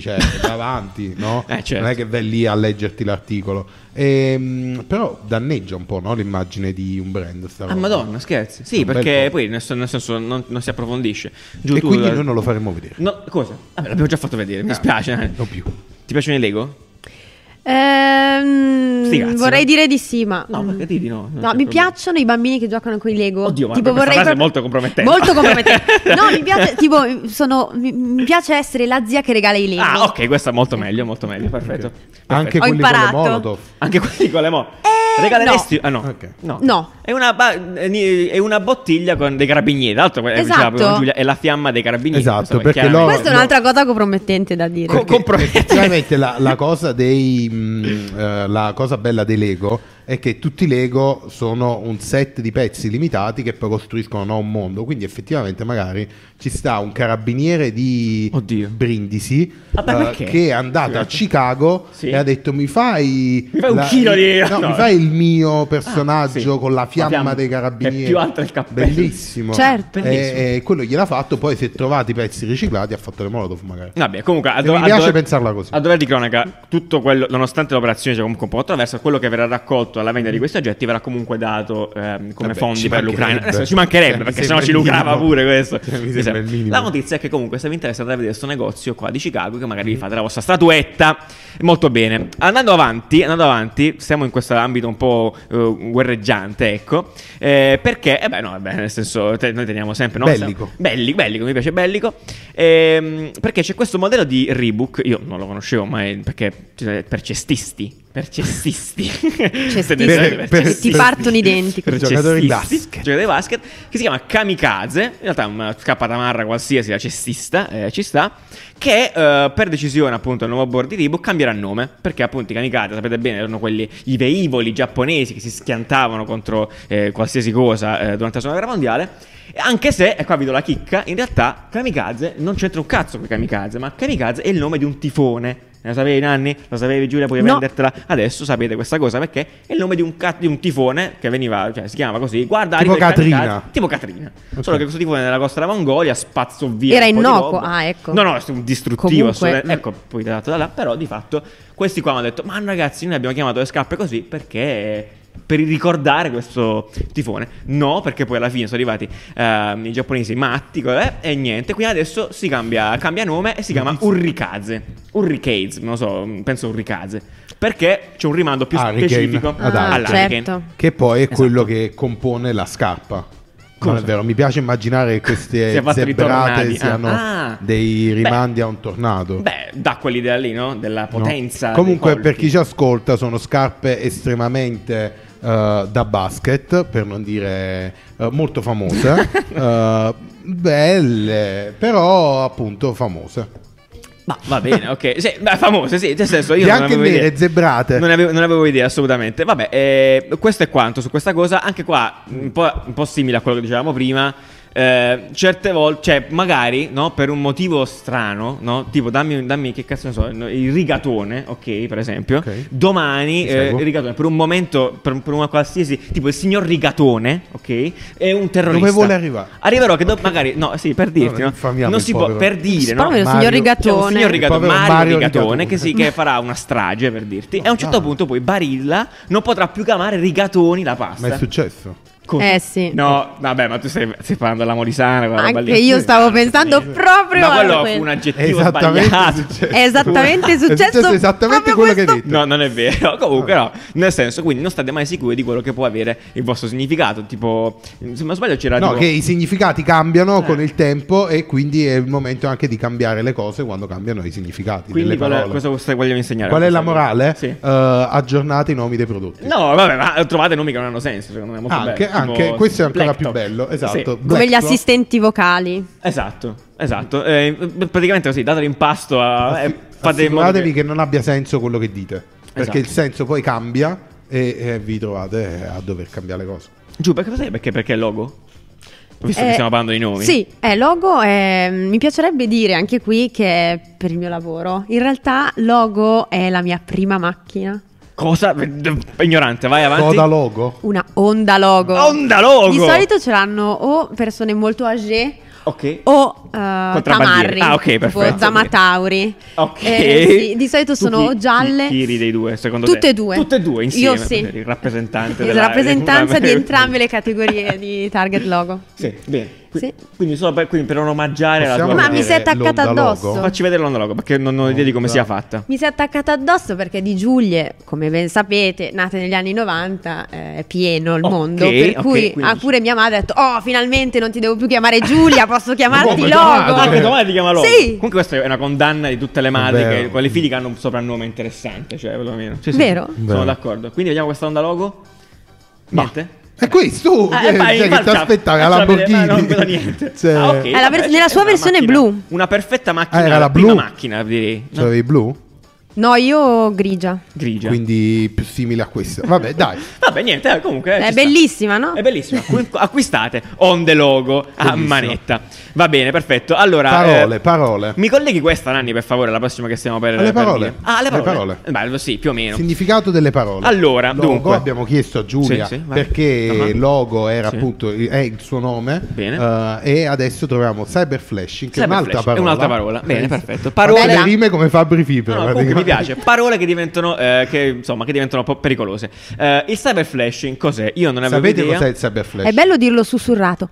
Speaker 3: cioè, davanti, no?
Speaker 2: Eh, certo.
Speaker 3: Non è che vai lì a leggerti l'articolo. Ehm, però danneggia un po', no, l'immagine di un brand sta
Speaker 2: Ah,
Speaker 3: roba.
Speaker 2: madonna, scherzi. Sì,
Speaker 3: Un bel
Speaker 2: perché
Speaker 3: po'.
Speaker 2: poi nel sen- nel senso non, non si approfondisce. Giù
Speaker 3: E
Speaker 2: tu- eh,
Speaker 3: quindi noi non lo faremo vedere.
Speaker 2: No, cosa? Vabbè, l'abbiamo già fatto vedere, mi spiace.
Speaker 3: Non più.
Speaker 2: Ti piacciono i Lego?
Speaker 1: Ehm,
Speaker 2: Sti cazzi,
Speaker 1: vorrei
Speaker 2: no?
Speaker 1: dire di sì, ma.
Speaker 2: No, perché di di no, non c'è
Speaker 1: No, mi
Speaker 2: problema.
Speaker 1: piacciono i bambini che giocano con i Lego.
Speaker 2: Oddio, ma questa frase è molto compromettente.
Speaker 1: Molto compromettente. No, mi piace, tipo, sono, mi, mi piace essere la zia che regala i Lego.
Speaker 2: Ah, ok, questo è molto meglio, molto meglio, perfetto. Perfetto.
Speaker 3: Anche
Speaker 1: Ho
Speaker 3: quelli
Speaker 1: imparato.
Speaker 3: con le Molotov.
Speaker 2: Anche quelli con le mo.
Speaker 1: Eh,
Speaker 2: Regaleresti? Ah, no.
Speaker 3: Ok.
Speaker 1: No.
Speaker 2: È una, ba- eh, è una bottiglia con dei carabinieri. Tra l'altro, come diceva
Speaker 1: Esatto.
Speaker 2: prima Giulia, è la fiamma dei carabinieri.
Speaker 3: Esatto,
Speaker 2: Insomma,
Speaker 3: perché
Speaker 2: chiaramente-
Speaker 1: Questa è
Speaker 3: no.
Speaker 1: un'altra cosa compromettente da dire.
Speaker 2: Co-
Speaker 3: Perché
Speaker 2: compromette.
Speaker 3: effettivamente la, la cosa dei mh, eh, la cosa bella dei Lego è che tutti i Lego sono un set di pezzi limitati che poi costruiscono no, un mondo. Quindi effettivamente magari ci sta un carabiniere di
Speaker 2: Oddio.
Speaker 3: Brindisi
Speaker 2: Vabbè,
Speaker 3: eh,
Speaker 2: Ah, perché?
Speaker 3: che è andato a Chicago
Speaker 2: Sì.
Speaker 3: e ha detto mi fai
Speaker 2: Mi fai un chilo di-
Speaker 3: no,
Speaker 2: no.
Speaker 3: mi fai il mio personaggio
Speaker 2: Ah, sì.
Speaker 3: con la
Speaker 2: La
Speaker 3: fiamma,
Speaker 2: fiamma,
Speaker 3: dei
Speaker 2: che è
Speaker 3: carabinieri.
Speaker 2: più alta del cappello.
Speaker 3: Bellissimo.
Speaker 1: Certo.
Speaker 3: E-
Speaker 2: Bellissimo.
Speaker 3: e quello gliel'ha fatto, poi si è trovato i pezzi riciclati, ha fatto le Molotov magari.
Speaker 2: Vabbè, comunque a
Speaker 3: Se Eh. mi
Speaker 2: a
Speaker 3: piace pensarla così.
Speaker 2: A dover di cronaca, tutto quello, nonostante l'operazione sia comunque un po' attraversa, quello che verrà raccolto alla vendita di questi oggetti verrà comunque dato ehm, come
Speaker 3: Mm. Vabbè,
Speaker 2: fondi
Speaker 3: ci
Speaker 2: per l'Ucraina.
Speaker 3: mancherebbe.
Speaker 2: Adesso ci mancherebbe,
Speaker 3: Cioè, mi
Speaker 2: perché
Speaker 3: sembra
Speaker 2: sennò ci
Speaker 3: il
Speaker 2: lucrava
Speaker 3: minimo.
Speaker 2: pure questo.
Speaker 3: Cioè, mi
Speaker 2: Mi
Speaker 3: sembra
Speaker 2: sembra.
Speaker 3: il minimo.
Speaker 2: La notizia è che comunque se vi interessa andate a vedere questo negozio qua di Chicago, che magari
Speaker 3: Mm.
Speaker 2: vi fate la vostra statuetta. Molto bene. Andando avanti, andando avanti, siamo in questo ambito un po' eh, guerreggiante, ecco. eh, perché, eh beh, no, vabbè, nel senso, te- noi teniamo sempre. No?
Speaker 3: Bellico.
Speaker 2: Belli- bellico, mi piace bellico. Ehm, perché c'è questo modello di Reebok, io non lo conoscevo mai perché cioè, per cestisti, per cestisti. Se ne
Speaker 1: Per-
Speaker 2: serve,
Speaker 1: per- che ti
Speaker 2: cestisti.
Speaker 1: partono i denti.
Speaker 2: Per
Speaker 3: Giocatori di
Speaker 2: cestisti,
Speaker 3: basket.
Speaker 2: giocatori di basket, che si chiama Kamikaze, in realtà è una scappatamarra qualsiasi, la cestista, eh, ci sta, che eh, per decisione appunto del nuovo board di Reebok cambierà nome, perché appunto i Kamikaze, sapete bene, erano quelli i veivoli giapponesi che si schiantavano contro eh, qualsiasi cosa eh, durante la seconda guerra mondiale. E Anche se, e qua vi do la chicca, in realtà Kamikaze non c'entra un cazzo con Kamikaze, ma Kamikaze è il nome di un tifone. Ne Lo sapevi Nanni? Lo sapevi Giulia? Puoi
Speaker 1: No.
Speaker 2: prendertela. Adesso sapete questa cosa perché è il nome di un, ca- di un tifone che veniva, cioè si chiamava così. Guarda,
Speaker 3: Tipo
Speaker 2: arriva il
Speaker 3: Katrina.
Speaker 2: Kamikaze- Tipo Catrina.
Speaker 3: Ok.
Speaker 2: Solo che questo tifone della costa della Mongolia spazzò via.
Speaker 1: Era
Speaker 2: un po' di
Speaker 1: innocuo,
Speaker 2: roba.
Speaker 1: ah, ecco.
Speaker 2: No, no, è un distruttivo.
Speaker 1: Comunque,
Speaker 2: assolutamente.
Speaker 1: mm.
Speaker 2: Ecco, poi dato da là. Però di fatto questi qua mi hanno detto, ma ragazzi, noi abbiamo chiamato le scarpe così perché... Per ricordare questo tifone, no, perché poi alla fine sono arrivati ehm, i giapponesi matti eh, e niente. Quindi adesso si cambia, cambia nome e si chiama Urrikaze. Urrikaze, non lo so, penso Urrikaze. Perché c'è un rimando più
Speaker 3: Hurricane.
Speaker 2: specifico
Speaker 3: Ah,
Speaker 2: all'Hurricane.
Speaker 1: certo.
Speaker 3: Che poi è
Speaker 2: Esatto.
Speaker 3: quello che compone la scarpa. Non
Speaker 2: Cosa?
Speaker 3: è vero, mi piace immaginare che
Speaker 2: Si è
Speaker 3: queste
Speaker 2: fatto di
Speaker 3: zebrate
Speaker 2: tornadi, ah.
Speaker 3: siano
Speaker 2: Ah.
Speaker 3: dei
Speaker 2: Beh.
Speaker 3: rimandi a un tornado.
Speaker 2: Beh, dà quell'idea lì, no? Della
Speaker 3: no?
Speaker 2: potenza. dei
Speaker 3: Comunque, per
Speaker 2: colpi.
Speaker 3: chi ci ascolta, sono scarpe estremamente eh, da basket, per non dire eh, molto famose, Eh, belle, però appunto famose.
Speaker 2: Ma va bene, ok. Sì, beh, famose, sì. Nel senso, io
Speaker 3: Bianche e
Speaker 2: non avevo
Speaker 3: nere,
Speaker 2: idea.
Speaker 3: zebrate.
Speaker 2: Non avevo, non avevo idea, assolutamente. Vabbè, eh, questo è quanto su questa cosa. Anche qua, un po', un po' simile a quello che dicevamo prima. eh, certe volte, cioè, magari no, per un motivo strano, no? tipo dammi, dammi che cazzo ne so, no, il rigatone, ok, per esempio.
Speaker 3: Ok.
Speaker 2: Domani
Speaker 3: Ti
Speaker 2: eh,
Speaker 3: seguo.
Speaker 2: il rigatone, per un momento, per, per una qualsiasi, tipo il signor rigatone, ok, è un terrorista.
Speaker 3: Dove vuole arrivare?
Speaker 2: Arriverò che do- magari, no, sì, per dirti, no?
Speaker 3: infamiamo
Speaker 2: non
Speaker 3: il
Speaker 2: si può,
Speaker 3: povero.
Speaker 2: per dire, no?
Speaker 1: Spavero, signor
Speaker 3: Mario-
Speaker 2: C'è un
Speaker 1: rigatone.
Speaker 2: signor rigatone,
Speaker 3: Il povero
Speaker 2: Mario,
Speaker 3: Mario
Speaker 2: Rigatone,
Speaker 3: Rigatone.
Speaker 2: che, sì, che farà una strage per dirti. e a un certo
Speaker 3: Ah.
Speaker 2: punto poi Barilla non potrà più chiamare rigatoni la pasta.
Speaker 3: Ma è successo?
Speaker 2: Cosa?
Speaker 1: Eh, sì.
Speaker 2: No, vabbè, ma tu stai, stai parlando della Molisana, quella roba
Speaker 1: Anche
Speaker 2: lì.
Speaker 1: io stavo pensando proprio
Speaker 2: Ma
Speaker 1: a
Speaker 2: quello
Speaker 1: quel-
Speaker 2: fu un
Speaker 3: È
Speaker 2: aggettivo
Speaker 3: esattamente
Speaker 2: sbagliato.
Speaker 3: successo.
Speaker 1: È esattamente
Speaker 3: È
Speaker 1: successo
Speaker 3: successo esattamente
Speaker 1: proprio
Speaker 3: quello che hai
Speaker 1: questo.
Speaker 3: detto.
Speaker 2: No, non è vero. Comunque, no. Nel senso, quindi non state mai sicuri di quello che può avere il vostro significato. Tipo, se non sbaglio, c'era
Speaker 3: No,
Speaker 2: Ah, tipo-
Speaker 3: che i significati cambiano
Speaker 2: Eh.
Speaker 3: con il tempo e quindi è il momento anche di cambiare le cose quando cambiano i significati
Speaker 2: Quindi,
Speaker 3: delle
Speaker 2: qual è,
Speaker 3: parole.
Speaker 2: cosa stai- vogliamo insegnare?
Speaker 3: Qual è la
Speaker 2: Cosa-
Speaker 3: morale?
Speaker 2: Sì.
Speaker 3: Eh, aggiornate i nomi dei prodotti.
Speaker 2: No, vabbè, ma trovate nomi che non hanno senso, secondo me. Molto
Speaker 3: Anche,
Speaker 2: bello. Tipo
Speaker 3: anche, questo è ancora
Speaker 2: Black
Speaker 3: più
Speaker 2: Top.
Speaker 3: bello,
Speaker 2: Sì.
Speaker 3: esatto.
Speaker 1: Come gli
Speaker 2: Ecco.
Speaker 3: Black Top.
Speaker 1: assistenti vocali.
Speaker 2: Esatto, esatto. Eh, praticamente così, datelo in pasto a... eh, fate in modo
Speaker 3: Assicuratevi che non abbia senso quello che dite,
Speaker 2: Esatto.
Speaker 3: perché il senso poi cambia e, e vi trovate eh, a dover cambiare le cose.
Speaker 2: Giù, perché sai perché? Perché è logo? Visto che
Speaker 1: Eh,
Speaker 2: stiamo parlando di nomi.
Speaker 1: Sì, è logo. eh, mi piacerebbe dire anche qui che è per il mio lavoro. In realtà, logo è la mia prima macchina.
Speaker 2: Cosa? Ignorante, vai avanti.
Speaker 3: Coda logo?
Speaker 1: Una onda logo.
Speaker 2: Onda logo!
Speaker 1: Di solito ce l'hanno o persone molto âgée
Speaker 2: Ok.
Speaker 1: o eh,
Speaker 2: Contrabbandieri.
Speaker 1: tamarri,
Speaker 2: Ah, ok,
Speaker 1: tipo
Speaker 2: perfetto.
Speaker 1: Zamatauri.
Speaker 2: Ok.
Speaker 1: Eh, sì, di solito
Speaker 2: Tu
Speaker 1: sono
Speaker 2: chi-
Speaker 1: gialle.
Speaker 2: chi eri dei due, secondo
Speaker 1: Tutte
Speaker 2: te?
Speaker 1: e due.
Speaker 2: Tutte e due insieme,
Speaker 1: Io sì.
Speaker 2: il rappresentante
Speaker 1: La
Speaker 2: della-
Speaker 1: rappresentanza di
Speaker 2: della-
Speaker 1: entrambe le categorie di target logo.
Speaker 2: Sì, bene. Qui-
Speaker 1: Sì.
Speaker 2: Quindi solo per, quindi per non omaggiare
Speaker 3: Possiamo
Speaker 2: la tua
Speaker 1: Ma mi
Speaker 3: vedere
Speaker 1: si è attaccata
Speaker 3: l'onda
Speaker 1: addosso.
Speaker 3: logo?
Speaker 2: Facci vedere l'onda logo perché non, non ho idea di come
Speaker 3: Onda.
Speaker 2: sia fatta.
Speaker 1: Mi si è attaccata addosso perché di Giulie, come ben sapete, nate negli anni 90, eh, è pieno il
Speaker 2: Ok,
Speaker 1: mondo.
Speaker 2: ok,
Speaker 1: Per cui
Speaker 2: quindi-
Speaker 1: ah, pure mia madre ha detto: Oh, finalmente non ti devo più chiamare Giulia, posso chiamarti
Speaker 3: come
Speaker 1: Logo.
Speaker 3: Ah,
Speaker 2: Ah,
Speaker 3: madre?
Speaker 2: che domani ti chiama logo.
Speaker 1: Sì.
Speaker 2: Comunque questa è una condanna di tutte le madri
Speaker 3: Vero.
Speaker 2: che, con le figli che hanno un soprannome interessante, cioè perlomeno. Sì, sì,
Speaker 1: Vero?
Speaker 2: Sono
Speaker 3: Vero.
Speaker 2: d'accordo. Quindi vediamo questa onda logo. Niente.
Speaker 3: È questo,
Speaker 2: Ah,
Speaker 3: che,
Speaker 2: eh, vai,
Speaker 3: cioè, che ti
Speaker 2: faccia-
Speaker 3: aspettavi la
Speaker 2: faccia vedere,
Speaker 3: Lamborghini?
Speaker 2: ma non vedo niente.
Speaker 3: Cioè,
Speaker 2: Ah, ok.
Speaker 1: È la vers-
Speaker 2: Vabbè,
Speaker 1: nella
Speaker 2: c'è
Speaker 1: sua
Speaker 2: una
Speaker 1: versione
Speaker 2: macchina-
Speaker 1: blu.
Speaker 2: Una perfetta macchina,
Speaker 3: Ah, era la
Speaker 2: prima
Speaker 3: blu?
Speaker 2: macchina, direi. No?
Speaker 3: c'avevi blu?
Speaker 1: No, io grigia.
Speaker 2: Grigia.
Speaker 3: Quindi più simile a questa. Vabbè, dai.
Speaker 2: Vabbè, niente, eh, comunque. eh,
Speaker 1: È
Speaker 2: ci sta.
Speaker 1: bellissima, no?
Speaker 2: È bellissima. Acqu- Acquistate onde logo a
Speaker 3: Bellissimo.
Speaker 2: manetta. Va bene, perfetto. Allora,
Speaker 3: Parole,
Speaker 2: eh,
Speaker 3: parole.
Speaker 2: Mi colleghi questa, Nanni, per favore, la prossima che stiamo per.
Speaker 3: Alle
Speaker 2: per
Speaker 3: parole.
Speaker 2: dire. Ah, alle
Speaker 3: Alle
Speaker 2: parole. Beh, sì, più o meno.
Speaker 3: Significato delle parole.
Speaker 2: Allora,
Speaker 3: logo,
Speaker 2: dunque.
Speaker 3: abbiamo chiesto a Giulia
Speaker 2: Sì, sì, vai.
Speaker 3: perché
Speaker 2: Ah, ma-
Speaker 3: logo era
Speaker 2: Sì.
Speaker 3: appunto il- è il suo nome.
Speaker 2: Bene.
Speaker 3: eh, e adesso troviamo cyber flashing, che è un'altra
Speaker 2: Cyberflash,
Speaker 3: parola.
Speaker 2: è un'altra parola. Bene,
Speaker 3: Eh,
Speaker 2: perfetto.
Speaker 3: fa
Speaker 2: Parole-
Speaker 3: delle rime come Fabri Fibra.
Speaker 2: No, no, comunque mi piace. Parole che diventano, eh, che, insomma, che diventano un po' pericolose. Eh, il cyber flashing cos'è? Io non avevo
Speaker 3: Sapete
Speaker 2: idea.
Speaker 3: cos'è il cyber flashing?
Speaker 1: È bello dirlo sussurrato.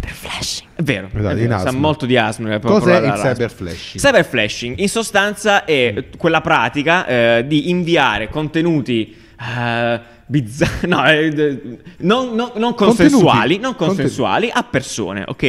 Speaker 1: Cyberflashing.
Speaker 2: È vero, è
Speaker 3: Dai,
Speaker 2: vero,
Speaker 3: in
Speaker 2: sa
Speaker 3: asma.
Speaker 2: molto di asma. eh, proprio
Speaker 3: Cos'è
Speaker 2: la-
Speaker 3: il
Speaker 2: la- la-
Speaker 3: cyber flashing?
Speaker 2: Cyber flashing in sostanza è quella pratica eh, di inviare contenuti eh, bizzarri, no, eh, d- non, non- non consensuali,
Speaker 3: Contenuti.
Speaker 2: non consensuali a persone, ok?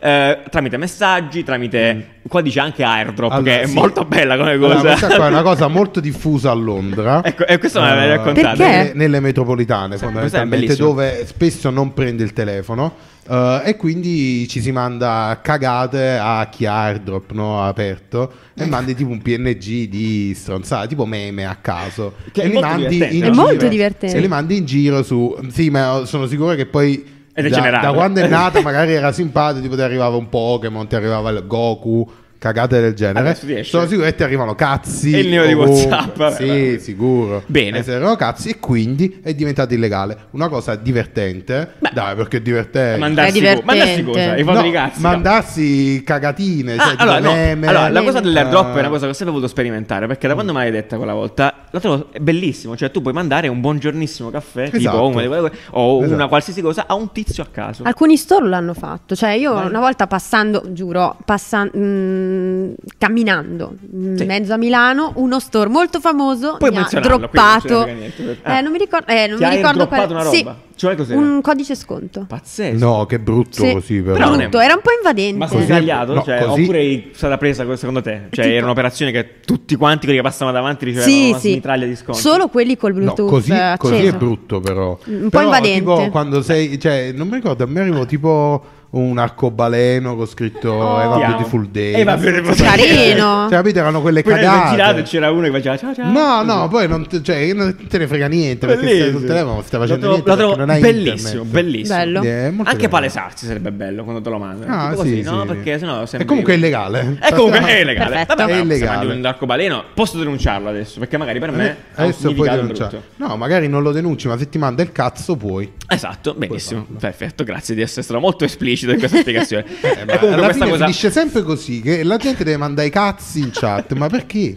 Speaker 2: Eh, tramite messaggi, tramite... Qua dice anche airdrop,
Speaker 3: Mm. Allora,
Speaker 2: che è
Speaker 3: sì.
Speaker 2: molto bella come
Speaker 3: Allora,
Speaker 2: cosa.
Speaker 3: questa qua è una cosa molto diffusa a Londra.
Speaker 2: Ecco, e questo me l'hai
Speaker 3: Eh,
Speaker 2: raccontato.
Speaker 1: Perché?
Speaker 3: nelle, nelle metropolitane,
Speaker 2: Sì,
Speaker 3: fondamentalmente,
Speaker 2: questo è bellissimo.
Speaker 3: dove spesso non prende il telefono. eh, e quindi ci si manda cagate a chi ha airdrop no, aperto e mandi tipo un PNG di stronzate, tipo meme a caso.
Speaker 2: Che è
Speaker 3: e li
Speaker 2: molto
Speaker 3: mandi
Speaker 2: divertente,
Speaker 3: in
Speaker 2: no? È
Speaker 1: molto
Speaker 3: giro-
Speaker 1: divertente.
Speaker 3: E li mandi in giro su. Sì, ma sono sicuro che poi.
Speaker 2: È
Speaker 3: Da,
Speaker 2: degenerato.
Speaker 3: da quando è nata magari era simpatico, tipo ti arrivava un Pokémon, ti arrivava il Goku, cagate del genere.
Speaker 2: Adesso ti esce.
Speaker 3: Sono sicuro che ti arrivano cazzi
Speaker 2: E il neo di
Speaker 3: ovunque.
Speaker 2: WhatsApp, vabbè,
Speaker 3: Sì,
Speaker 2: vabbè.
Speaker 3: sicuro.
Speaker 2: Bene.
Speaker 3: Eh, se erano cazzi e quindi è diventato illegale. Una cosa divertente. Dai, perché è divertente.
Speaker 1: È
Speaker 2: Mandarsi, co-
Speaker 1: divertente.
Speaker 2: mandarsi cosa? I foto
Speaker 3: No,
Speaker 2: di cazzo. no.
Speaker 3: mandarsi cagatine,
Speaker 2: Ah,
Speaker 3: cioè, tipo
Speaker 2: allora, no.
Speaker 3: meme.
Speaker 2: Allora, la
Speaker 1: Meme.
Speaker 2: cosa dell'airdrop è una
Speaker 3: Ah.
Speaker 2: cosa che ho sempre voluto sperimentare perché da quando me l'hai detta quella volta la trovo è bellissimo cioè tu puoi mandare un buongiornissimo caffè tipo
Speaker 3: Esatto.
Speaker 2: una di quelle- o
Speaker 3: Esatto.
Speaker 2: una qualsiasi cosa a un tizio a caso
Speaker 1: Alcuni store l'hanno fatto, cioè io
Speaker 2: Vai.
Speaker 1: una volta passando, giuro, passa- mh, camminando in
Speaker 2: Sì.
Speaker 1: mezzo a Milano, uno store molto famoso
Speaker 2: Puoi
Speaker 1: mi ha
Speaker 2: menzionarlo,
Speaker 1: droppato,
Speaker 2: quindi non ce ne frega niente.
Speaker 1: eh, non mi ricordo, eh, non mi
Speaker 2: Ti ha
Speaker 1: ricordo
Speaker 2: airdroppato una
Speaker 1: sì,
Speaker 2: roba? Cioè cos'era?
Speaker 1: un codice sconto.
Speaker 2: pazzesco
Speaker 3: Eh, No, che brutto
Speaker 1: Sì,
Speaker 3: così, però.
Speaker 2: Però non è-
Speaker 1: brutto, era un po' invadente.
Speaker 2: ma sono
Speaker 3: Così-
Speaker 2: sbagliato
Speaker 3: no,
Speaker 2: Cioè,
Speaker 3: così-
Speaker 2: oppure è stata presa co- secondo te cioè
Speaker 1: Tipo-
Speaker 2: era un'operazione che tutti quanti quelli che passavano davanti ricevevano
Speaker 1: sì,
Speaker 2: una
Speaker 1: sì.
Speaker 2: mitraglia di sconto
Speaker 1: Solo quelli col
Speaker 3: No,
Speaker 1: Bluetooth
Speaker 3: così,
Speaker 1: eh,
Speaker 3: così è
Speaker 1: acceso.
Speaker 3: brutto, però.
Speaker 1: Un po'
Speaker 3: Però,
Speaker 1: invadente.
Speaker 3: Tipo, quando sei, cioè, non mi ricordo, a me arrivò tipo un arcobaleno con scritto
Speaker 1: Oh.
Speaker 3: Eva
Speaker 2: Chiamo.
Speaker 3: Beautiful Day.
Speaker 2: Eh, vabbè,
Speaker 1: Carino.
Speaker 3: Cioè, capite, erano quelle
Speaker 2: poi nel girato
Speaker 3: cagate.
Speaker 2: c'era uno che faceva ciao ciao
Speaker 3: No, no, poi non te, cioè, non te ne frega niente perché stai sul telefono, non stai facendo
Speaker 2: Lo trovo-
Speaker 3: niente.
Speaker 2: lo trovo
Speaker 3: perché non hai
Speaker 2: bellissimo,
Speaker 3: internet.
Speaker 2: bellissimo.
Speaker 1: Bello.
Speaker 3: Eh, molto
Speaker 2: Anche
Speaker 3: bello.
Speaker 2: palesarsi sarebbe bello quando te lo mandano.
Speaker 3: Ah,
Speaker 2: Tipo
Speaker 3: sì,
Speaker 2: così, no?
Speaker 3: sì.
Speaker 2: Perché sennò
Speaker 3: E
Speaker 2: sembri-
Speaker 3: comunque è illegale.
Speaker 2: Eh, comunque è illegale.
Speaker 1: Perfetto.
Speaker 2: Vabbè,
Speaker 3: È
Speaker 2: ma se
Speaker 3: illegale. Eh,
Speaker 2: mandi un arcobaleno, posso denunciarlo adesso, perché magari per me ha un
Speaker 3: Adesso puoi
Speaker 2: significato
Speaker 3: denunciare.
Speaker 2: brutto.
Speaker 3: No, magari non lo denunci, ma se ti manda il cazzo puoi.
Speaker 2: Esatto, benissimo. Perfetto, grazie di essere stato molto esplicito in questa spiegazione.
Speaker 3: Eh,
Speaker 2: e
Speaker 3: ma
Speaker 2: comunque
Speaker 3: alla
Speaker 2: questa
Speaker 3: fine
Speaker 2: cosa
Speaker 3: finisce sempre così che la gente deve mandare i cazzi in chat, ma perché?
Speaker 2: E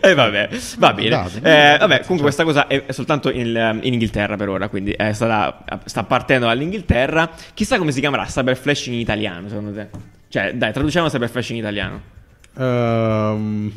Speaker 2: Eh, vabbè, va bene.
Speaker 3: Date,
Speaker 2: Eh,
Speaker 3: date,
Speaker 2: vabbè,
Speaker 3: date,
Speaker 2: comunque questa cosa è soltanto in, ehm, in Inghilterra per ora, quindi eh, sarà- sta partendo dall'Inghilterra. Chissà come si chiamerà cyberflashing in italiano, secondo te? Cioè, dai, traduciamo cyberflashing in italiano.
Speaker 3: Ehm,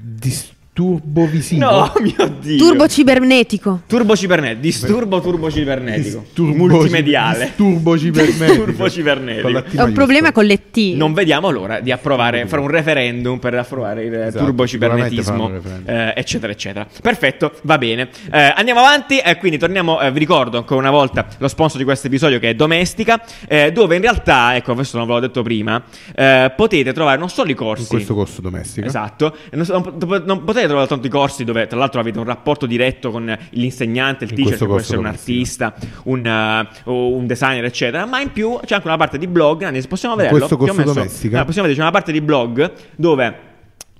Speaker 3: disturbo visivo.
Speaker 2: no, mio Dio.
Speaker 1: Turbo cibernetico.
Speaker 2: Turbo cibernetico, disturbo turbo cibernetico,
Speaker 3: Disturbo
Speaker 2: multimediale.
Speaker 3: Disturbo cibernetico.
Speaker 2: Disturbo cibernetico.
Speaker 3: Con la T
Speaker 1: È un
Speaker 3: maiuscola.
Speaker 1: problema con le T.
Speaker 2: Non vediamo l'ora di approvare, fare un referendum per approvare il
Speaker 3: Esatto,
Speaker 2: turbo
Speaker 3: sicuramente
Speaker 2: cibernetismo,
Speaker 3: faranno un referendum.
Speaker 2: eh, eccetera, eccetera. Perfetto, va bene. Eh, andiamo avanti, eh, quindi torniamo, eh, vi ricordo ancora una volta lo sponsor di questo episodio che è Domestica, eh, dove in realtà, ecco, questo non ve l'ho detto prima, eh, potete trovare non solo i corsi.
Speaker 3: In questo corso domestico.
Speaker 2: Esatto, E non, so- non pot- non potete trovare tanti corsi dove tra l'altro avete un rapporto diretto con l'insegnante, il
Speaker 3: In
Speaker 2: teacher, che
Speaker 3: questo
Speaker 2: può
Speaker 3: corso
Speaker 2: essere un
Speaker 3: domestico.
Speaker 2: artista, un, eh, o un designer, eccetera, ma in più c'è anche una parte di blog, anzi, possiamo
Speaker 3: In
Speaker 2: vederlo?
Speaker 3: questo
Speaker 2: Ti ho
Speaker 3: corso
Speaker 2: messo-
Speaker 3: domestico?
Speaker 2: Eh, possiamo vedere, c'è una parte di blog dove...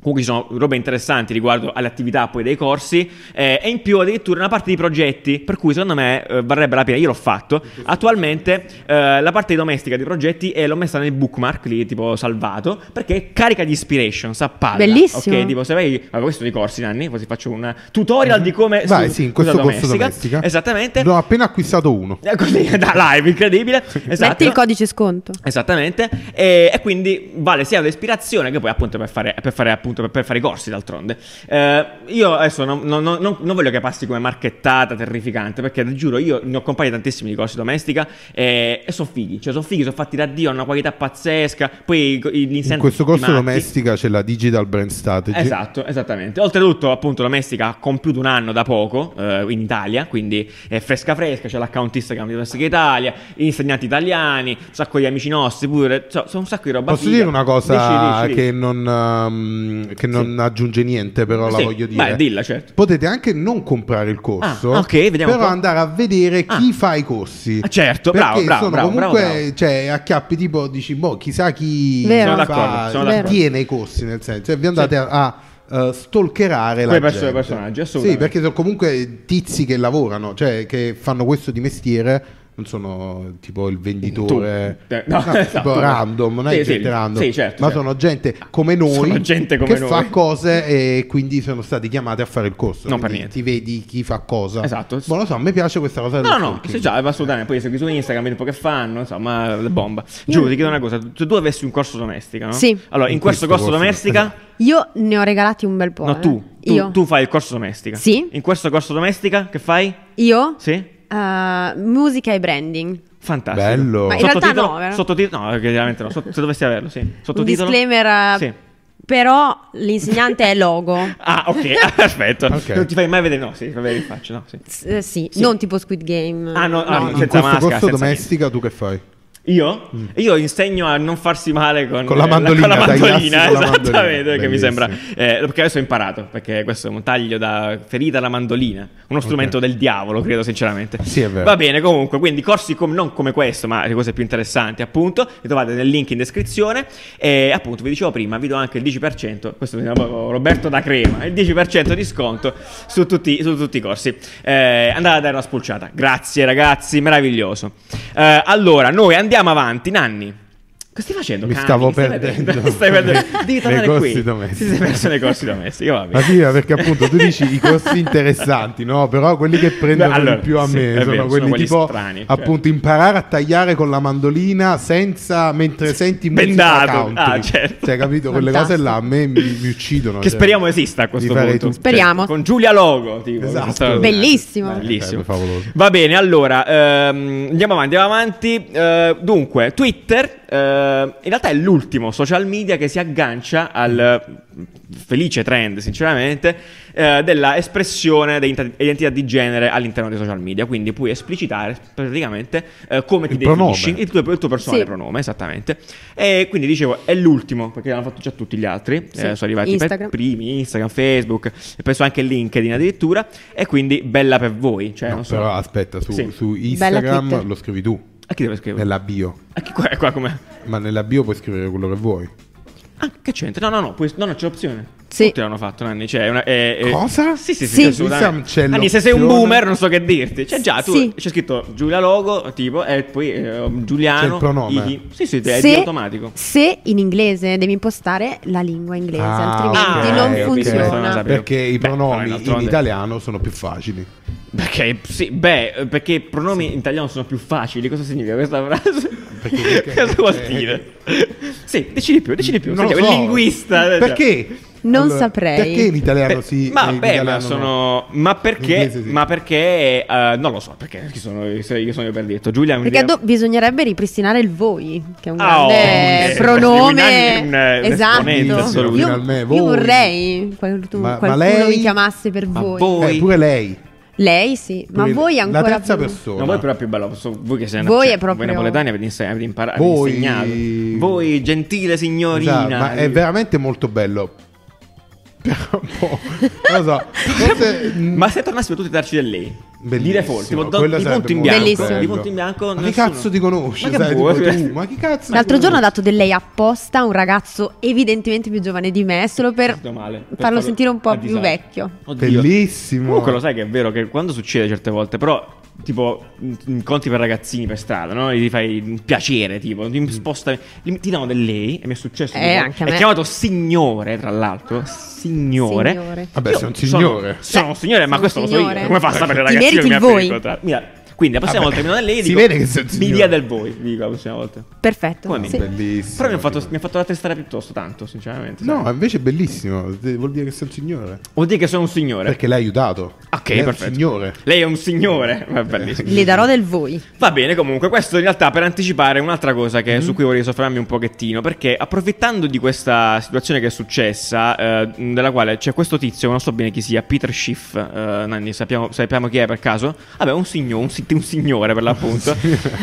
Speaker 2: Comunque ci sono robe interessanti riguardo alle attività poi dei corsi eh, e in più addirittura una parte di progetti, per cui secondo me eh, varrebbe la pena, io l'ho fatto. Attualmente eh, la parte domestica dei progetti e l'ho messa nel bookmark lì, tipo salvato, perché è carica di inspirations a palla.
Speaker 1: Bellissimo.
Speaker 2: Ok, tipo se vai, ma questo dei corsi, Nanni, così faccio un tutorial di come
Speaker 3: Vai,
Speaker 2: su-
Speaker 3: sì, in questo
Speaker 2: scusa,
Speaker 3: corso domestica.
Speaker 2: Esattamente.
Speaker 3: Ne ho appena acquistato uno.
Speaker 2: Eh, Così, da live, incredibile. Esatto.
Speaker 1: Metti il codice sconto.
Speaker 2: Esattamente, e, e quindi vale sia l'ispirazione che poi appunto per fare, per fare, appunto, per, per fare i corsi d'altronde. Eh, io adesso non, non- non- non- non voglio che passi come marchettata terrificante perché ti giuro io ne ho comprati tantissimi di corsi domestica e, e sono fighi, cioè sono fighi, sono fatti da Dio, hanno una qualità pazzesca, poi i- gli insegnanti...
Speaker 3: In questo
Speaker 2: tutti
Speaker 3: corso
Speaker 2: matti.
Speaker 3: domestica c'è la Digital Brand Strategy.
Speaker 2: Esatto, esattamente. Oltretutto, appunto, Domestica ha compiuto un anno da poco eh, in Italia, quindi è fresca fresca, c'è l'account Instagram di Domestica Italia, gli insegnanti italiani, un sacco di amici nostri pure, so- sono un sacco di roba.
Speaker 3: Posso
Speaker 2: figa.
Speaker 3: dire una cosa
Speaker 2: Dici, dici,
Speaker 3: che non, um, che non aggiunge niente, però
Speaker 2: Sì,
Speaker 3: la voglio dire.
Speaker 2: vai, dilla, certo.
Speaker 3: Potete anche non comprare il corso,
Speaker 2: Ah, ok, vediamo un
Speaker 3: però
Speaker 2: po'.
Speaker 3: andare a vedere chi
Speaker 2: Ah.
Speaker 3: fa i corsi.
Speaker 2: Ah, certo,
Speaker 3: Perché
Speaker 2: bravo, bravo,
Speaker 3: sono
Speaker 2: bravo,
Speaker 3: comunque
Speaker 2: bravo, bravo.
Speaker 3: Cioè, a chiappi tipo dici, boh, chissà chi
Speaker 1: Vero.
Speaker 3: fa,
Speaker 1: Sono
Speaker 2: d'accordo, sono
Speaker 3: chi
Speaker 1: d'accordo.
Speaker 3: tiene i corsi, nel senso, e vi andate
Speaker 2: Sì.
Speaker 3: a... a, eh, stalkerare la
Speaker 2: Quei perso-
Speaker 3: gente.
Speaker 2: personaggi,
Speaker 3: sì
Speaker 2: assolutamente.
Speaker 3: perché sono comunque tizi che lavorano cioè che fanno questo di mestiere non sono tipo il venditore
Speaker 2: Tu. Eh, no,
Speaker 3: tipo
Speaker 2: esatto.
Speaker 3: random non è
Speaker 2: Sì, sì,
Speaker 3: gente random
Speaker 2: sì, certo,
Speaker 3: ma
Speaker 2: certo.
Speaker 3: sono gente come noi
Speaker 2: Sono gente come
Speaker 3: che
Speaker 2: noi.
Speaker 3: fa cose e quindi sono stati chiamati a fare il corso.
Speaker 2: Non per
Speaker 3: Quindi
Speaker 2: niente.
Speaker 3: Ti vedi chi fa cosa.
Speaker 2: Esatto.
Speaker 3: Ma lo so, a me piace questa cosa.
Speaker 2: No,
Speaker 3: del
Speaker 2: no, no,
Speaker 3: stalking.
Speaker 2: sì, già, assolutamente. Poi segui su Instagram, vedi un po' che fanno, insomma, le bomba. Giù, ti chiedo una cosa: se tu avessi un corso domestica, no?
Speaker 1: Sì.
Speaker 2: Allora, in,
Speaker 3: In
Speaker 2: questo,
Speaker 3: questo
Speaker 2: corso,
Speaker 3: corso,
Speaker 2: domestica,
Speaker 1: Io ne ho regalati un bel po'.
Speaker 2: no,
Speaker 1: eh.
Speaker 2: tu, tu,
Speaker 1: Io.
Speaker 2: tu fai il corso domestica.
Speaker 1: Sì.
Speaker 2: In questo corso domestica, che fai?
Speaker 1: Io?
Speaker 2: Sì.
Speaker 1: Eh, musica e branding.
Speaker 2: Fantastico.
Speaker 3: Bello. Ma
Speaker 1: in realtà
Speaker 2: Sottotitolo-
Speaker 1: no, vero?
Speaker 2: Sottotitolo, no, che chiaramente no. sotto- se dovessi averlo, sì.
Speaker 1: Un
Speaker 2: Sottotitolo.
Speaker 1: disclaimer. eh,
Speaker 2: Sì.
Speaker 1: Però l'insegnante è logo.
Speaker 2: Ah, ok, perfetto.
Speaker 3: Ok.
Speaker 2: Non ti fai mai vedere, no, sì, fai vedere in faccia, no, sì.
Speaker 1: S- eh, sì,
Speaker 2: Sì.
Speaker 1: non tipo Squid Game.
Speaker 2: Ah, no, ah,
Speaker 3: In
Speaker 2: senza
Speaker 3: questo
Speaker 2: maschera,
Speaker 3: corso
Speaker 2: senza
Speaker 3: domestica, tu che fai?
Speaker 2: Io? Io insegno a non farsi male con,
Speaker 3: Mm. Con la
Speaker 2: eh,
Speaker 3: mandolina,
Speaker 2: con la
Speaker 3: dai
Speaker 2: mandolina,
Speaker 3: grassi con la
Speaker 2: esattamente,
Speaker 3: mandolina.
Speaker 2: che mi sembra.
Speaker 3: Bellissimo.
Speaker 2: eh, perché adesso ho imparato, perché questo è un taglio da ferita alla mandolina, uno strumento del diavolo, credo sinceramente.
Speaker 3: Sì, è vero.
Speaker 2: Va bene, comunque, quindi corsi com- non come questo, ma le cose più interessanti, appunto, li trovate nel link in descrizione e appunto vi dicevo prima, vi do anche il 10%, questo mi chiama Roberto da Crema, il 10% di sconto su tutti, su tutti i corsi. Eh, andate a dare una spulciata. Grazie ragazzi, meraviglioso. Eh, allora, noi andiamo avanti, Nanni. Che stai facendo?
Speaker 3: Mi
Speaker 2: Cani? Che
Speaker 3: stavo
Speaker 2: stai
Speaker 3: perdendo.
Speaker 2: Che stai perdendo. Devi
Speaker 3: Nei
Speaker 2: tornare
Speaker 3: corsi
Speaker 2: qui.
Speaker 3: domestici.
Speaker 2: Ti sei perso nei corsi domestici. Va
Speaker 3: Ma
Speaker 2: bene.
Speaker 3: sì, perché appunto tu dici i corsi interessanti, no? Però quelli che prendono
Speaker 2: Beh, allora,
Speaker 3: di più a
Speaker 2: sì,
Speaker 3: me
Speaker 2: è
Speaker 3: sono,
Speaker 2: vero, sono
Speaker 3: quelli
Speaker 2: quelli
Speaker 3: tipo
Speaker 2: strani, cioè.
Speaker 3: appunto imparare a tagliare con la mandolina senza mentre senti musica
Speaker 2: Bendato.
Speaker 3: country.
Speaker 2: Ah, certo.
Speaker 3: Cioè, capito? Quelle cose
Speaker 1: Fantastico.
Speaker 3: là a me mi, mi uccidono.
Speaker 2: Che
Speaker 3: cioè.
Speaker 2: speriamo esista a questo
Speaker 3: Li farei
Speaker 2: punto. Cioè,
Speaker 3: tutti.
Speaker 1: Speriamo.
Speaker 2: Con Giulia Logo. Tipo,
Speaker 3: Esatto.
Speaker 2: questa-
Speaker 1: Bellissimo.
Speaker 2: Bellissimo.
Speaker 3: Sarebbe Eh, favoloso.
Speaker 2: Va bene, allora ehm, andiamo avanti. Andiamo avanti. Eh, dunque, Twitter eh, in realtà è l'ultimo social media che si aggancia al eh, felice trend, sinceramente, eh, della espressione dell'identità di genere all'interno dei social media. Quindi puoi esplicitare praticamente eh, come ti
Speaker 3: Il
Speaker 2: definisci,
Speaker 3: pronome.
Speaker 2: il tuo, il tuo personale
Speaker 1: Sì.
Speaker 2: pronome, esattamente. E quindi dicevo, è l'ultimo perché l'hanno fatto già tutti gli altri.
Speaker 1: Sì.
Speaker 2: eh, sono arrivati per
Speaker 1: Instagram.
Speaker 2: primi Instagram, Facebook e penso anche LinkedIn addirittura. E quindi bella per voi. Cioè,
Speaker 3: No,
Speaker 2: non so.
Speaker 3: però aspetta, su,
Speaker 2: Sì.
Speaker 3: su
Speaker 1: Twitter.
Speaker 3: Instagram lo scrivi tu,
Speaker 2: A chi deve scrivere?
Speaker 3: nella bio.
Speaker 2: A chi qua, qua com'è?
Speaker 3: Ma nella bio puoi scrivere quello che vuoi.
Speaker 2: Ah, che c'entra? No, no, no, puoi- no, no, c'è l'opzione.
Speaker 1: Sì.
Speaker 2: Tutti l'hanno fatto, Nanni. Cioè, è una, è- è-
Speaker 3: Cosa?
Speaker 2: Sì, sì, sì.
Speaker 1: Sì.
Speaker 2: assolutamente.
Speaker 3: Insomma, c'è
Speaker 2: Nanni, se sei un
Speaker 3: l'opzione-
Speaker 2: boomer, non so che dirti. C'è già, tu
Speaker 1: Sì.
Speaker 2: c'è scritto Giulia Logo, tipo, e poi eh, Giuliano.
Speaker 3: C'è il pronome.
Speaker 2: Ighi. Sì, sì, è
Speaker 1: Se-
Speaker 2: di automatico.
Speaker 1: Se in inglese devi impostare la lingua inglese,
Speaker 3: Ah,
Speaker 1: altrimenti
Speaker 2: ok,
Speaker 1: non
Speaker 2: ok, questo non lo
Speaker 1: funziona.
Speaker 2: sapevo.
Speaker 3: Perché i
Speaker 2: Beh, vabbè,
Speaker 3: pronomi in
Speaker 2: d'altronde.
Speaker 3: italiano sono più facili.
Speaker 2: Perché, sì, beh, perché i pronomi in italiano sono più facili. Cosa significa questa frase?
Speaker 3: Perché- perché-
Speaker 2: Cosa vuol dire? sì, dici di più, dici di più.
Speaker 3: Non lo
Speaker 2: Sentiamo,
Speaker 3: so.
Speaker 2: il linguista. cioè.
Speaker 3: Perché?
Speaker 1: Non saprei.
Speaker 3: Perché in italiano
Speaker 2: Per-
Speaker 3: sì?
Speaker 2: Eh, ma
Speaker 3: e in
Speaker 2: beh,
Speaker 3: italiano
Speaker 2: ma
Speaker 3: no?
Speaker 2: sono. Ma perché?
Speaker 3: L'inglese sì.
Speaker 2: Ma perché? eh, non lo so perché. Chi sono, io sono io per detto. Giulia è un
Speaker 1: Perché do- bisognerebbe ripristinare il voi, che è un
Speaker 2: Ah,
Speaker 1: grande
Speaker 2: ok.
Speaker 1: pronome.
Speaker 2: Quindi un- eh, un esponente
Speaker 1: esatto.
Speaker 2: assoluto.
Speaker 1: Io,
Speaker 3: Finalmente,
Speaker 1: io
Speaker 3: voi.
Speaker 1: vorrei qualcuno,
Speaker 3: Ma- ma
Speaker 1: qualcuno
Speaker 3: lei?
Speaker 1: mi chiamasse per
Speaker 2: Ma
Speaker 1: voi.
Speaker 2: voi?
Speaker 3: Eh, pure lei.
Speaker 1: Lei sì, ma
Speaker 3: Pure-
Speaker 1: voi ancora
Speaker 3: La terza
Speaker 1: più.
Speaker 3: persona.
Speaker 2: No, voi però è più bello. so- voi che siete
Speaker 1: Voi è
Speaker 2: cioè,
Speaker 1: proprio-
Speaker 2: voi napoletani avete, inse- avete imparato.
Speaker 3: Voi-
Speaker 2: Avete insegnato. Voi, gentile signorina.
Speaker 3: Esatto, ma è veramente molto bello. Però un po', non lo so, forse,
Speaker 2: Ma se tornassimo tutti a darci del lei. Dire
Speaker 3: Bellissimo,
Speaker 2: forte, tipo, do-
Speaker 3: quello
Speaker 2: di
Speaker 3: sarebbe
Speaker 2: punto in
Speaker 3: molto
Speaker 1: bianco, Bellissimo.
Speaker 2: di
Speaker 3: bello.
Speaker 2: punto in bianco
Speaker 3: Ma che
Speaker 2: nessuno.
Speaker 3: cazzo ti conosci?
Speaker 2: Ma che
Speaker 3: sai,
Speaker 2: vuoi?
Speaker 3: tipo, tu, ma che cazzo?
Speaker 1: L'altro
Speaker 3: ti
Speaker 1: giorno ha
Speaker 3: conosci?
Speaker 1: dato del lei apposta a un ragazzo evidentemente più giovane di me, solo per
Speaker 2: Sento male, per
Speaker 1: farlo, sentire un
Speaker 2: a
Speaker 1: po' più
Speaker 2: disagio.
Speaker 1: vecchio.
Speaker 2: Oddio.
Speaker 3: Bellissimo.
Speaker 2: Comunque lo sai che è vero che quando succede certe volte, però tipo in- incontri per ragazzini per strada, no? Gli fai un piacere, tipo, ti sposta, gli- ti davo del lei e mi è successo
Speaker 1: Eh,
Speaker 2: tipo,
Speaker 1: anche a
Speaker 2: è
Speaker 1: me.
Speaker 2: chiamato signore, tra l'altro, signore.
Speaker 1: Signore.
Speaker 3: Vabbè, sei
Speaker 2: Sono-
Speaker 3: un signore.
Speaker 2: Sono, un signore, ma
Speaker 1: sono
Speaker 2: questo lo so
Speaker 1: signore.
Speaker 2: io. Come fa a sapere
Speaker 1: Ti
Speaker 2: ragazzino
Speaker 1: meriti
Speaker 2: che mi
Speaker 1: il
Speaker 2: ha
Speaker 1: voi.
Speaker 2: frequentato? Mira, quindi la prossima
Speaker 3: Vabbè,
Speaker 2: volta che mi dà del lei
Speaker 3: si
Speaker 2: dico,
Speaker 3: vede che sei un
Speaker 2: mi
Speaker 3: signore.
Speaker 2: dia del voi, dico la prossima volta.
Speaker 1: Perfetto.
Speaker 2: Come no?
Speaker 1: sì.
Speaker 3: Bellissimo.
Speaker 2: Però mi ha fatto, mi ha fatto la testare piuttosto tanto, sinceramente. sai.
Speaker 3: No, eh. invece è bellissimo. De- Vuol dire che sei un signore.
Speaker 2: Vuol dire che sono un signore.
Speaker 3: Perché l'hai aiutato.
Speaker 2: Ok,
Speaker 3: Lei è un
Speaker 2: perfetto.
Speaker 3: signore.
Speaker 2: Lei è un signore. Va bellissimo.
Speaker 1: Le darò del voi.
Speaker 2: Va bene, comunque, questo in realtà per anticipare un'altra cosa che-
Speaker 3: Mhm.
Speaker 2: su cui vorrei soffermarmi un pochettino, perché approfittando di questa situazione che è successa, eh, della quale c'è questo tizio, non so bene chi sia, Peter Schiff, eh, Nanni, sappiamo, sappiamo chi è per caso? Vabbè, un signore, un, si- un signore per l'appunto,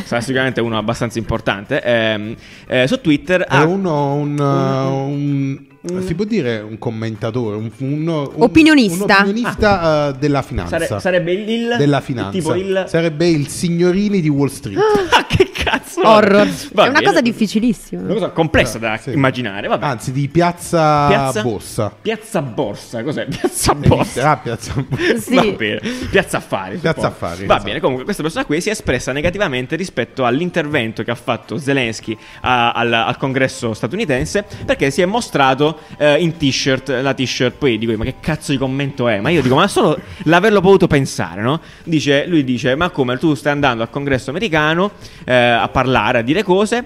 Speaker 2: sarà sicuramente uno abbastanza importante, ehm, eh, su Twitter
Speaker 3: È
Speaker 2: ha...
Speaker 3: uno, un, uh, un-
Speaker 2: un-
Speaker 3: si può dire un commentatore, un, uno- un-
Speaker 1: Opinionista.
Speaker 3: un opinionista, eh, della finanza.
Speaker 2: Ah. sare- sarebbe il... il-
Speaker 3: della finanza.
Speaker 2: Tipo il...
Speaker 3: Sarebbe il signorini di Wall Street.
Speaker 2: Ah, che cazzo!
Speaker 1: Horror.
Speaker 2: Va
Speaker 1: È una
Speaker 2: bene.
Speaker 1: cosa difficilissima.
Speaker 2: Una cosa complessa da
Speaker 3: Eh, sì.
Speaker 2: immaginare, vabbè.
Speaker 3: Anzi, di Piazza, Bossa.
Speaker 2: Piazza Borsa, cos'è? Piazza Borsa.
Speaker 3: Ah, Piazza Bossa.
Speaker 1: Sì.
Speaker 2: Va bene. Piazza Affari.
Speaker 3: Piazza
Speaker 2: suppongo.
Speaker 3: Affari,
Speaker 2: Va
Speaker 3: esatto.
Speaker 2: bene, comunque questa persona qui si è espressa negativamente rispetto all'intervento che ha fatto Zelensky a- al, al congresso statunitense perché si è mostrato eh, in t-shirt, la t-shirt, poi dico, ma che cazzo di commento è? Ma io dico, ma solo l'averlo potuto pensare, no? Dice, lui dice, ma come tu stai andando al congresso americano eh, a parlare, a dire cose?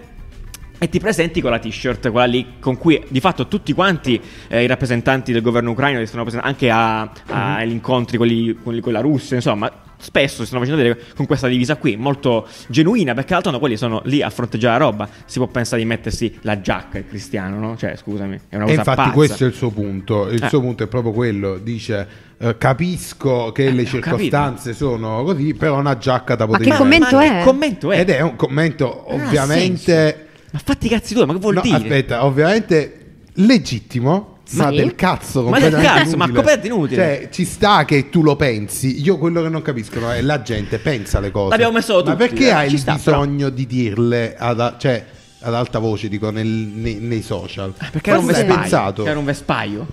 Speaker 2: E ti presenti con la t-shirt, quella lì con cui di fatto tutti quanti eh, i rappresentanti del governo ucraino che stanno present- anche a- a- agli incontri con, gli- con gli- con la Russia, insomma, spesso si stanno facendo vedere con questa divisa qui, molto genuina, perché d'altronde quelli sono lì a fronteggiare la roba. Si può pensare di mettersi la giacca, il cristiano, no? Cioè, scusami, è una
Speaker 3: E
Speaker 2: cosa
Speaker 3: infatti
Speaker 2: pazza.
Speaker 3: questo è il suo punto, il
Speaker 2: Eh.
Speaker 3: suo punto è proprio quello, dice eh, capisco che le
Speaker 2: Ah, ho
Speaker 3: circostanze sono così, però una giacca da
Speaker 1: Ma
Speaker 3: poter
Speaker 1: che commento
Speaker 2: ma
Speaker 1: è?
Speaker 2: Che commento è?
Speaker 3: Ed è un commento
Speaker 2: Non ha
Speaker 3: ovviamente...
Speaker 2: Ma fatti i cazzi tuoi, ma che vuol
Speaker 3: No,
Speaker 2: dire?
Speaker 3: aspetta, ovviamente legittimo, ma
Speaker 1: Sì.
Speaker 3: del cazzo.
Speaker 2: Ma del
Speaker 3: completamente
Speaker 2: cazzo, ma
Speaker 3: inutile.
Speaker 2: coperto inutile.
Speaker 3: Cioè, ci sta che tu lo pensi. Io quello che non capisco no, è la gente pensa le cose.
Speaker 2: L'abbiamo messo tutti,
Speaker 3: Ma perché
Speaker 2: eh,
Speaker 3: hai
Speaker 2: ci
Speaker 3: il
Speaker 2: sta,
Speaker 3: bisogno di dirle ad, a- cioè, ad alta voce, dico, nel- nei, nei social?
Speaker 2: Eh, Ah, Perché era un
Speaker 1: Forse-
Speaker 2: vespaio.
Speaker 3: pensato.
Speaker 2: Era un vespaio.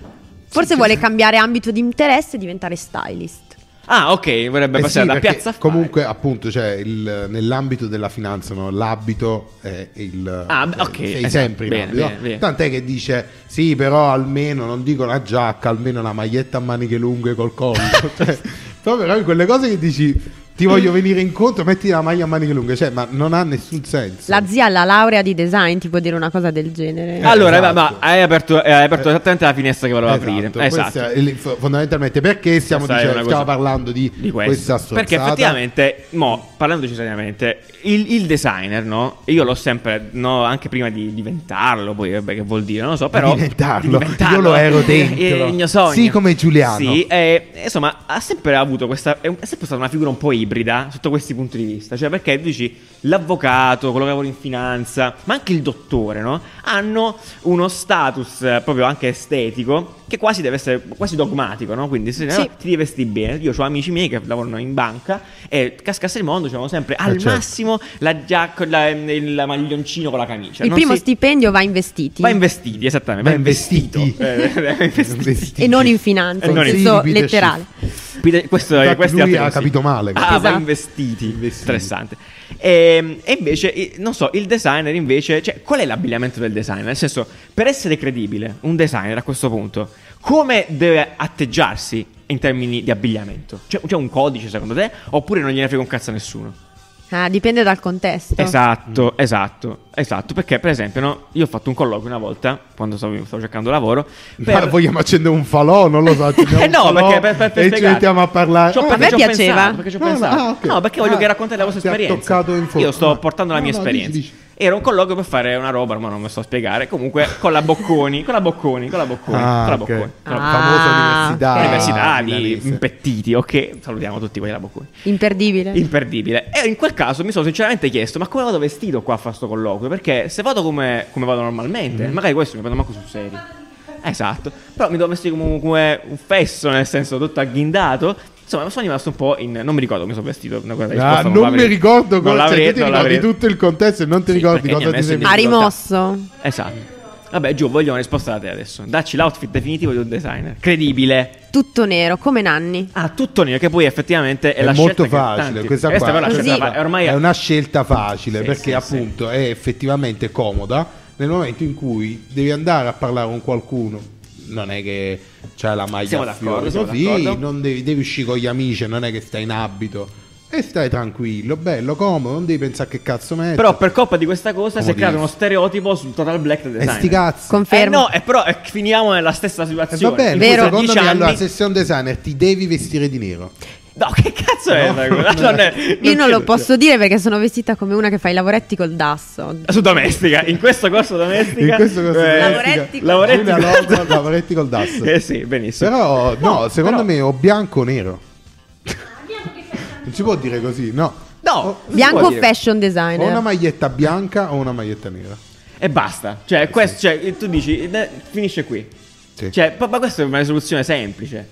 Speaker 1: Forse vuole cambiare ambito di interesse e diventare stylist.
Speaker 2: Ah, ok, vorrebbe
Speaker 3: Eh sì,
Speaker 2: passare da
Speaker 3: perché
Speaker 2: piazza Affari.
Speaker 3: comunque appunto cioè, il- nell'ambito della finanza no, l'abito è il
Speaker 2: Ah, beh,
Speaker 3: sei-
Speaker 2: ok,
Speaker 3: sei
Speaker 2: esatto,
Speaker 3: sempre in
Speaker 2: bene,
Speaker 3: ambito,
Speaker 2: bene,
Speaker 3: no?
Speaker 2: bene.
Speaker 3: tant'è che dice sì però almeno non dico una giacca almeno una maglietta a maniche lunghe col collo cioè, proprio no, quelle cose che dici ti voglio venire incontro metti la maglia a maniche lunghe cioè ma non ha nessun senso
Speaker 1: La zia ha la laurea di design, ti può dire una cosa del genere.
Speaker 3: Eh,
Speaker 2: Allora,
Speaker 3: esatto.
Speaker 2: ma, ma hai aperto, hai aperto esattamente la finestra che volevo
Speaker 3: Esatto,
Speaker 2: aprire.
Speaker 3: questa
Speaker 2: Esatto.
Speaker 3: è il- fondamentalmente perché stiamo,
Speaker 2: Questa è
Speaker 3: dicendo-
Speaker 2: una cosa-
Speaker 3: stiamo parlando di,
Speaker 2: Di questo.
Speaker 3: questa storia
Speaker 2: Perché effettivamente, mo, parlandoci seriamente, il, il designer, no? Io l'ho sempre, no, anche prima di diventarlo, poi vabbè, che vuol dire, non lo so, però...
Speaker 3: diventarlo.
Speaker 2: di diventarlo.
Speaker 3: Io lo ero dentro.
Speaker 2: È il mio sogno.
Speaker 3: Sì, come Giuliano.
Speaker 2: Sì, e, Eh, insomma, ha sempre avuto questa... È, un- è sempre stata una figura un po' ibrida sotto questi punti di vista. Cioè, perché dici, l'avvocato, quello che lavora in finanza, ma anche il dottore, no? Hanno uno status eh, proprio anche estetico che quasi deve essere quasi dogmatico, no? Quindi se
Speaker 1: Sì.
Speaker 2: no, ti devi vestire bene. Io ho amici miei che lavorano in banca e cascasse il mondo, c'erano sempre al
Speaker 3: certo.
Speaker 2: massimo la giacca, la- il maglioncino con la camicia.
Speaker 1: Il
Speaker 2: Non
Speaker 1: primo
Speaker 2: si-
Speaker 1: stipendio va in vestiti.
Speaker 2: Va in vestiti, esattamente. Va
Speaker 3: Va
Speaker 2: in
Speaker 3: in
Speaker 2: vestito.
Speaker 3: vestiti.
Speaker 2: Eh, va in vestiti.
Speaker 1: e non in finanza,
Speaker 2: E non
Speaker 1: in
Speaker 2: in-
Speaker 1: senso
Speaker 3: Sì, Peter
Speaker 1: letterale.
Speaker 2: Peter- questo è
Speaker 3: Infatti
Speaker 2: questo è
Speaker 3: lui
Speaker 2: altro
Speaker 3: ha
Speaker 2: consiglio.
Speaker 3: capito male.
Speaker 2: Ah, va
Speaker 1: Esatto.
Speaker 2: in vestiti.
Speaker 3: Vestiti.
Speaker 2: Interessante. E, e invece, eh, non so, il designer invece, cioè, qual è l'abbigliamento del designer? Nel senso, per essere credibile, un designer a questo punto, come deve atteggiarsi in termini di abbigliamento? C'è, c'è un codice secondo te? Oppure non gliene frega un cazzo a nessuno?
Speaker 1: Ah, dipende dal contesto.
Speaker 2: Esatto, esatto, esatto. Perché, per esempio, no, io ho fatto un colloquio una volta quando stavo, stavo cercando lavoro.
Speaker 3: Ma vogliamo accendere un falò? Non lo so. accendiamo
Speaker 2: Eh
Speaker 3: un
Speaker 2: no,
Speaker 3: falò
Speaker 2: perché per, per, per
Speaker 3: e ci
Speaker 2: spiegare.
Speaker 3: mettiamo a parlare.
Speaker 2: Ci ho-
Speaker 3: Ah,
Speaker 2: perché
Speaker 1: me
Speaker 2: ci ho
Speaker 1: piaceva.
Speaker 2: pensato, perché ci ho
Speaker 3: No, no,
Speaker 2: pensato.
Speaker 3: ah, ok.
Speaker 2: No, perché voglio
Speaker 3: Ah,
Speaker 2: che raccontate la vostra
Speaker 3: ti ha
Speaker 2: esperienza.
Speaker 3: toccato in fondo.
Speaker 2: Io sto
Speaker 3: Ah.
Speaker 2: portando la
Speaker 3: No,
Speaker 2: mia
Speaker 3: no,
Speaker 2: esperienza.
Speaker 3: dici, dici.
Speaker 2: Era un colloquio per fare una roba, ma non me lo sto a spiegare. Comunque, con la Bocconi, con la Bocconi, con la Bocconi,
Speaker 3: Ah,
Speaker 2: con la
Speaker 3: ok.
Speaker 2: Bocconi. con la
Speaker 1: Ah,
Speaker 3: famosa università.
Speaker 1: ok. Ah,
Speaker 2: Università di
Speaker 3: milanese.
Speaker 2: impettiti, ok? Salutiamo tutti quelli della Bocconi.
Speaker 1: Imperdibile.
Speaker 2: Imperdibile. E in quel caso mi sono sinceramente chiesto: ma come vado
Speaker 3: Mm-hmm.
Speaker 2: vestito qua a fare sto colloquio? Perché se vado come, come vado normalmente, magari questo mi prende manco sul serio. Esatto. Però mi devo vestire come, come un fesso, nel senso tutto agghindato. Insomma, sono rimasto un po' in. Non mi ricordo come sono vestito. Una cosa
Speaker 3: Ah, non mi ricordo cosa cioè, tu ti ricordi tutto il contesto e non ti
Speaker 2: Sì,
Speaker 3: ricordi
Speaker 2: perché mi
Speaker 3: cosa
Speaker 2: ha
Speaker 3: ti
Speaker 2: messo
Speaker 3: sei
Speaker 2: in
Speaker 1: Ha
Speaker 2: difficoltà.
Speaker 1: rimosso.
Speaker 2: Esatto. Vabbè, Gio, voglio una risposta da te adesso. Dacci l'outfit definitivo di un designer. Credibile.
Speaker 1: Tutto nero, come Nanni.
Speaker 2: Ah, tutto nero, che poi effettivamente è,
Speaker 3: È
Speaker 2: la scelta
Speaker 3: molto
Speaker 2: che
Speaker 3: facile,
Speaker 2: tanti-
Speaker 3: questa
Speaker 2: questa
Speaker 3: qua
Speaker 2: è una scelta
Speaker 1: Così.
Speaker 2: fa- è ormai
Speaker 3: è una scelta facile
Speaker 2: Sì,
Speaker 3: perché
Speaker 2: sì,
Speaker 3: appunto è effettivamente comoda nel momento in cui devi andare a parlare con qualcuno. Non è che c'hai la
Speaker 2: Siamo
Speaker 3: maglia a
Speaker 2: d'accordo,
Speaker 3: fiori
Speaker 2: siamo
Speaker 3: così,
Speaker 2: d'accordo.
Speaker 3: non devi, devi uscire con gli amici, non è che stai in abito e stai tranquillo, bello, comodo, non devi pensare che cazzo metti.
Speaker 2: Però per colpa di questa cosa si è
Speaker 3: Comodissimo.
Speaker 2: creato uno stereotipo sul total black del
Speaker 3: e
Speaker 2: designer.
Speaker 3: Eh, sti cazzi.
Speaker 2: Eh
Speaker 1: Confermo.
Speaker 2: no, e però eh, finiamo nella stessa
Speaker 3: Eh,
Speaker 2: situazione.
Speaker 3: va bene,
Speaker 2: In
Speaker 1: Vero.
Speaker 2: cui tra
Speaker 3: secondo me
Speaker 2: 10 anni-
Speaker 3: allora se sei un designer ti devi vestire di nero.
Speaker 2: No, che cazzo è?
Speaker 3: No,
Speaker 2: questa cosa? Cioè,
Speaker 3: no.
Speaker 2: eh, Non cioè è-
Speaker 1: Io non
Speaker 2: credo
Speaker 1: lo
Speaker 2: sia-
Speaker 1: posso dire perché sono vestita come una che fa i lavoretti col dasso.
Speaker 2: Su domestica, in questo corso domestica.
Speaker 3: In questo caso
Speaker 2: eh,
Speaker 1: Lavoretti col-
Speaker 2: lavoretti
Speaker 3: Giulia
Speaker 2: col-
Speaker 3: Lollo, lavoretti col DAS.
Speaker 2: Eh sì, benissimo.
Speaker 3: Però no, secondo
Speaker 2: però-
Speaker 3: me o bianco o nero. Non si può dire così, no.
Speaker 2: No,
Speaker 3: O-
Speaker 2: non si può
Speaker 1: Bianco
Speaker 2: dire.
Speaker 1: fashion
Speaker 3: o una
Speaker 1: designer.
Speaker 3: maglietta bianca o una maglietta nera.
Speaker 2: E basta. Cioè, questo, cioè, tu dici, eh, finisce qui.
Speaker 3: Eh, Sì.
Speaker 2: Cioè, pa- ma questa è una soluzione semplice.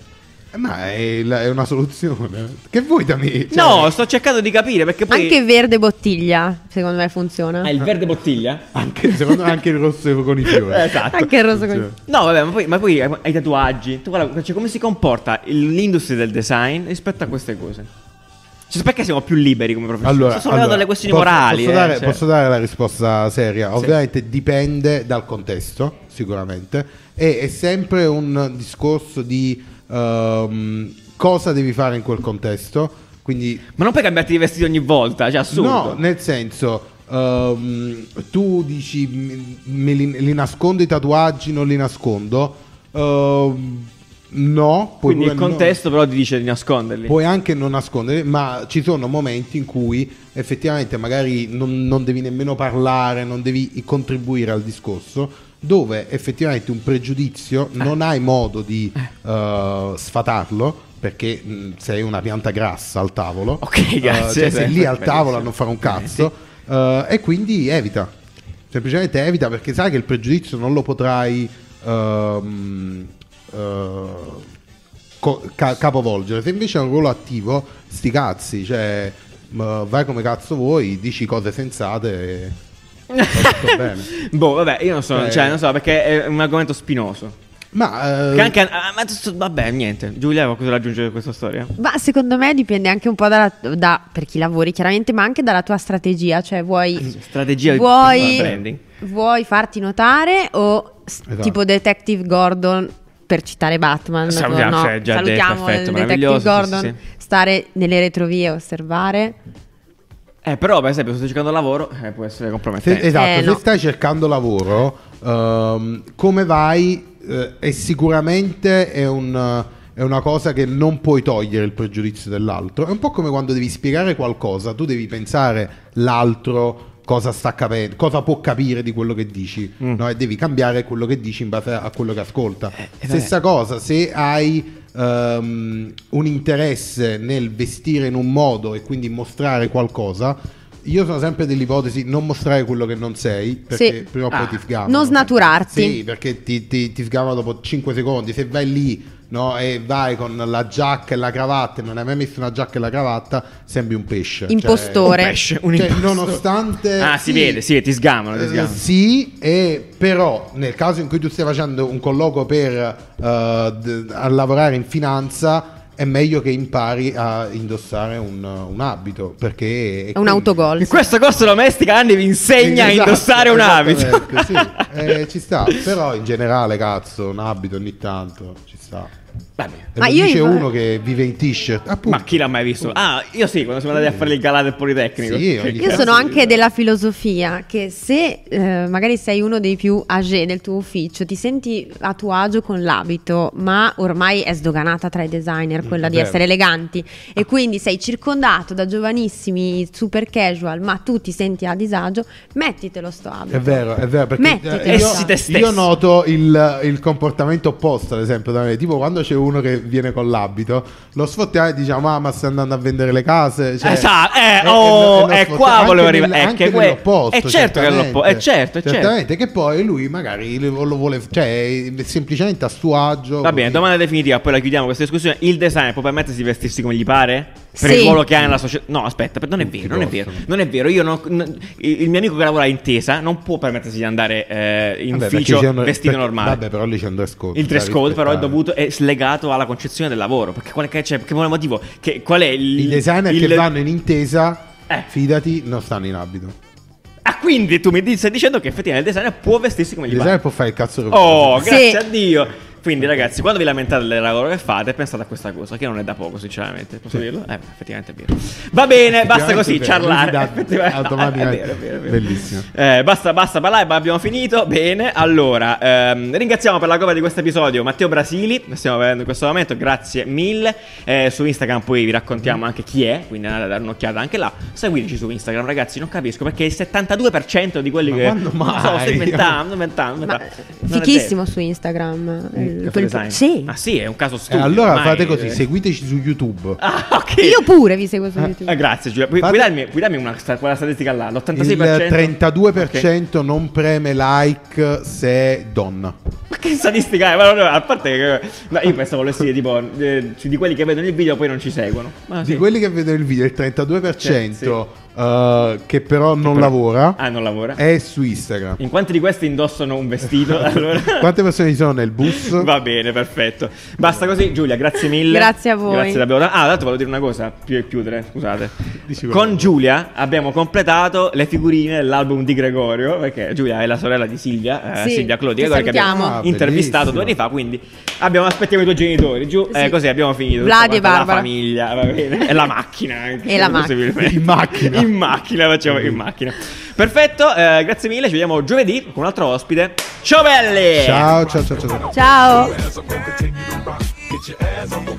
Speaker 3: Ma è, la- è una soluzione. Che vuoi da me? Cioè,
Speaker 2: no, sto cercando di capire perché poi.
Speaker 1: Anche verde bottiglia, secondo me
Speaker 2: Ah,
Speaker 1: funziona.
Speaker 2: il verde bottiglia?
Speaker 3: anche, secondo me anche il rosso con i fiori.
Speaker 2: Eh, esatto.
Speaker 1: Anche il rosso con-
Speaker 3: Cioè,
Speaker 2: No, vabbè, ma poi, ma poi hai hai tatuaggi. Tu guarda, cioè, come si comporta il- l'industria del design rispetto a queste cose? Cioè, perché siamo più liberi come professionisti? Cioè,
Speaker 3: Allora,
Speaker 2: sono
Speaker 3: allora,
Speaker 2: dalle questioni
Speaker 3: posso-
Speaker 2: morali.
Speaker 3: Posso,
Speaker 2: eh,
Speaker 3: dare,
Speaker 2: cioè.
Speaker 3: posso dare la risposta seria? Ovviamente dipende dal contesto, sicuramente, e è sempre un discorso di ehm, cosa devi fare in quel contesto. Quindi
Speaker 2: Ma non puoi cambiarti di vestito ogni volta, cioè assurdo.
Speaker 3: No, nel senso, ehm, tu dici "M- me li, li nascondo i tatuaggi, non li nascondo. Ehm, no, puoi
Speaker 2: Quindi
Speaker 3: pure
Speaker 2: il
Speaker 3: non-
Speaker 2: contesto però ti dice di nasconderli.
Speaker 3: puoi anche non nascondere, ma ci sono momenti in cui effettivamente magari non, non devi nemmeno parlare, non devi contribuire al discorso. Dove effettivamente un pregiudizio
Speaker 2: Eh.
Speaker 3: non hai modo di eh, sfatarlo perché mh, sei una pianta grassa al tavolo.
Speaker 2: Ok,
Speaker 3: Eh,
Speaker 2: grazie,
Speaker 3: cioè,
Speaker 2: sì,
Speaker 3: sei lì al
Speaker 2: bellissimo.
Speaker 3: tavolo a non fare un cazzo. eh, e quindi evita. Semplicemente evita perché sai che il pregiudizio non lo potrai ehm, eh, co- ca- capovolgere. Se invece è un ruolo attivo, sti cazzi, cioè m- vai come cazzo vuoi, dici cose sensate e va tutto bene.
Speaker 2: Boh, vabbè, io non so,
Speaker 3: Eh.
Speaker 2: cioè, non so, perché è un argomento spinoso.
Speaker 3: Ma, eh,
Speaker 2: Che anche, ah, ma, adesso- vabbè, niente. Giulia, aveva cosa da aggiungere a questa storia?
Speaker 1: Ma secondo me dipende anche un po' dalla, da, per chi lavori chiaramente, ma anche dalla tua strategia, cioè vuoi,
Speaker 2: Strategia di- di branding.
Speaker 1: vuoi, vuoi farti notare o s-
Speaker 3: Esatto.
Speaker 1: tipo Detective Gordon per citare Batman,
Speaker 2: Salutiamo,
Speaker 1: no,
Speaker 2: cioè, già detto,
Speaker 1: salutiamo
Speaker 2: perfetto,
Speaker 1: il Detective
Speaker 2: meraviglioso, sì,
Speaker 1: Gordon,
Speaker 2: sì,
Speaker 1: stare nelle retrovie a osservare.
Speaker 2: Eh, però, per esempio, se sto cercando lavoro, eh, può essere
Speaker 3: Se-
Speaker 2: compromettente.
Speaker 3: esatto,
Speaker 1: Eh, no.
Speaker 3: se stai cercando lavoro, ehm, come vai? eh, è sicuramente è un- è una cosa che non puoi togliere il pregiudizio dell'altro. È un po' come quando devi spiegare qualcosa, tu devi pensare l'altro cosa sta capendo, cosa può capire di quello che dici, no? e devi cambiare quello che dici in base a quello che ascolta.
Speaker 2: Mm. eh,
Speaker 3: Stessa cosa, se hai ehm, un interesse nel vestire in un modo e quindi mostrare qualcosa, io sono sempre dell'ipotesi non mostrare quello che non sei, perché
Speaker 1: Sì.
Speaker 3: prima o poi
Speaker 2: Ah.
Speaker 3: ti sgamano.
Speaker 1: Non snaturarti.
Speaker 3: Sì, perché ti, ti, ti sgamano dopo 5 secondi. Se vai lì no, e vai con la giacca e la cravatta e non hai mai messo una giacca e la cravatta, sembri un pesce. Cioè-
Speaker 1: Impostore.
Speaker 2: Un pesce, un
Speaker 3: Cioè,
Speaker 2: impostore.
Speaker 3: nonostante...
Speaker 2: Ah, si
Speaker 3: sì,
Speaker 2: vede, si vede, ti sgamano, ti
Speaker 3: eh,
Speaker 2: sgamano.
Speaker 3: sì, e però nel caso in cui tu stia facendo un colloquio per eh, d- a lavorare in finanza è meglio che impari a indossare un, un abito perché
Speaker 1: È un autogol.
Speaker 2: In questo corso domestica Anni vi insegna
Speaker 3: Esatto,
Speaker 2: a indossare un abito.
Speaker 3: esattamente, sì. Eh, ci sta, però in generale, cazzo, un abito ogni tanto ci sta.
Speaker 2: Vabbè.
Speaker 3: E
Speaker 1: Ma
Speaker 3: lo
Speaker 1: io
Speaker 3: dice
Speaker 1: in-
Speaker 3: uno che vive in t-shirt, appunto.
Speaker 2: Ma chi l'ha mai visto? Ah, io sì, quando siamo andati a fare il galà del Politecnico.
Speaker 3: Sì, ogni
Speaker 1: Io
Speaker 3: Cazzo
Speaker 1: sono
Speaker 3: di
Speaker 1: anche della filosofia che se eh, magari sei uno dei più age nel tuo ufficio, ti senti a tuo agio con l'abito, ma ormai è sdoganata tra i designer quella
Speaker 3: Mm,
Speaker 1: di
Speaker 3: vero.
Speaker 1: essere eleganti e quindi sei circondato da giovanissimi super casual, ma tu ti senti a disagio, mettitelo sto abito.
Speaker 3: È vero, è vero, perché eh,
Speaker 1: Mettitelo.
Speaker 2: Essi te stesso.
Speaker 3: io noto il, il comportamento opposto, ad esempio, da me. tipo quando c'è uno che viene con l'abito, lo sfottiamo e diciamo: Ah, ma stai andando a vendere le case. Cioè,
Speaker 2: Esatto, eh,
Speaker 3: e- e-
Speaker 2: oh,
Speaker 3: e lo
Speaker 2: è
Speaker 3: sfottiamo.
Speaker 2: qua
Speaker 3: Anche
Speaker 2: volevo
Speaker 3: nel-
Speaker 2: arrivare. Eh,
Speaker 3: anche
Speaker 2: che que-
Speaker 3: nell'opposto,
Speaker 2: è certo che è l'oppo-
Speaker 3: certamente.
Speaker 2: è certo, è certo.
Speaker 3: Certamente, che poi lui magari lo, lo vuole, cioè, è semplicemente a suo agio.
Speaker 2: Va bene,
Speaker 3: così.
Speaker 2: domanda definitiva, poi la chiudiamo questa discussione. Il designer può permettersi di vestirsi come gli pare? Per
Speaker 1: Sì.
Speaker 2: il ruolo che ha nella società. No, aspetta, per- non è
Speaker 3: Tutti
Speaker 2: vero, non è vero.
Speaker 3: possono.
Speaker 2: Non è vero. Io non- non- il il mio amico che lavora a intesa non può permettersi di andare eh, in
Speaker 3: Vabbè, perché
Speaker 2: ufficio
Speaker 3: ci sono-
Speaker 2: vestito
Speaker 3: perché-
Speaker 2: normale.
Speaker 3: Vabbè, però lì c'è un dress code.
Speaker 2: Il
Speaker 3: da
Speaker 2: dress code però è
Speaker 3: rispettare.
Speaker 2: dovuto è slegato alla concezione del lavoro, perché qual è, che c'è- che qual è il motivo? Che- qual è il,
Speaker 3: I designer
Speaker 2: il-
Speaker 3: che vanno in intesa,
Speaker 2: Eh.
Speaker 3: fidati, non stanno in abito.
Speaker 2: Ah, quindi tu mi di- stai dicendo che effettivamente il designer può vestirsi come
Speaker 3: Il
Speaker 2: gli pare.
Speaker 3: designer può fare il cazzo che
Speaker 2: Oh,
Speaker 3: vuole.
Speaker 1: Sì.
Speaker 2: grazie a Dio. Quindi ragazzi, quando vi lamentate del lavoro che fate, pensate a questa cosa, che non è da poco, sinceramente. Posso dirlo? Eh, effettivamente è vero. Va bene, basta così,
Speaker 3: Effettivamente
Speaker 2: ciarlare.
Speaker 3: è vero. Lui si dà
Speaker 2: Effettivamente-
Speaker 3: automaticamente.
Speaker 2: è vero, è vero, è vero.
Speaker 3: Bellissimo.
Speaker 2: Eh, basta, basta parlare, ma abbiamo finito. Bene, allora, ehm, ringraziamo per la cover di questo episodio Matteo Brasili, che stiamo vedendo in questo momento, grazie mille. Eh, su Instagram poi vi raccontiamo
Speaker 3: Mm.
Speaker 2: anche chi è, quindi andate a dare un'occhiata anche là. Seguiteci su Instagram, ragazzi, non capisco perché il 72% di quelli
Speaker 3: Ma
Speaker 2: che...
Speaker 3: quando
Speaker 2: Non so, sto
Speaker 3: mai?
Speaker 2: inventando, inventando.
Speaker 1: Ma, eh,
Speaker 2: inventando. Non è
Speaker 1: fichissimo su Instagram. eh,
Speaker 2: vero.
Speaker 1: il-
Speaker 2: Caffè
Speaker 1: quel-
Speaker 2: Design.
Speaker 1: sì.
Speaker 2: Ah sì, è un caso
Speaker 3: E
Speaker 2: stupido.
Speaker 3: Eh, allora
Speaker 2: ormai. eh.
Speaker 3: fate così, seguiteci su YouTube.
Speaker 2: Ah, ok.
Speaker 1: Io pure vi seguo su
Speaker 2: Ah,
Speaker 1: YouTube.
Speaker 2: grazie Giulia, puoi,
Speaker 3: Fate-
Speaker 2: puoi darmi, puoi darmi una sta- quella statistica là, l'86%.
Speaker 3: Il 32% non preme like se è donna.
Speaker 2: Ma che statistica è? Ma no, no, a parte che no, io pensavo volessi dire tipo eh, di quelli che vedono il video poi non ci seguono. Ma
Speaker 3: Di
Speaker 2: sì.
Speaker 3: quelli che vedono il video, il 32%
Speaker 2: Sì,
Speaker 3: eh, che però non
Speaker 2: però-
Speaker 3: lavora
Speaker 2: Ah, non lavora.
Speaker 3: è su Instagram.
Speaker 2: In quanti di questi indossano un vestito? allora
Speaker 3: Quante persone ci sono nel bus?
Speaker 2: Va bene, perfetto. Basta così, Giulia, grazie mille.
Speaker 1: Grazie a voi.
Speaker 2: Grazie davvero. Ah, tra l'altro volevo dire una cosa, più e chiudere, scusate.
Speaker 3: Dici quello che
Speaker 2: Con
Speaker 3: vuoi.
Speaker 2: Giulia abbiamo completato le figurine dell'album di Gregorio, perché Giulia è la sorella di Silvia, eh,
Speaker 1: Sì,
Speaker 2: Silvia Clodi
Speaker 1: ti
Speaker 2: Gregorio, che abbiamo
Speaker 1: salutiamo.
Speaker 3: Ah,
Speaker 2: intervistato due anni
Speaker 3: bellissimo.
Speaker 2: fa, quindi abbiamo, aspettiamo i tuoi genitori, giù, eh,
Speaker 1: Sì.
Speaker 2: così abbiamo finito.
Speaker 1: Vlad
Speaker 2: tutta
Speaker 1: e
Speaker 2: quanta
Speaker 1: Barbara.
Speaker 2: La famiglia, va bene. E la macchina anche.
Speaker 1: E la macchina.
Speaker 2: possibilmente.
Speaker 3: In macchina.
Speaker 2: in macchina, facciamo in macchina. Perfetto, eh, grazie mille, ci vediamo giovedì con un altro ospite. Ciao belli! eh,
Speaker 3: Ciao, ciao, ciao, ciao. ciao.
Speaker 1: Ciao.
Speaker 4: ass, I'm gonna continue to rock. Get your ass, I'm gonna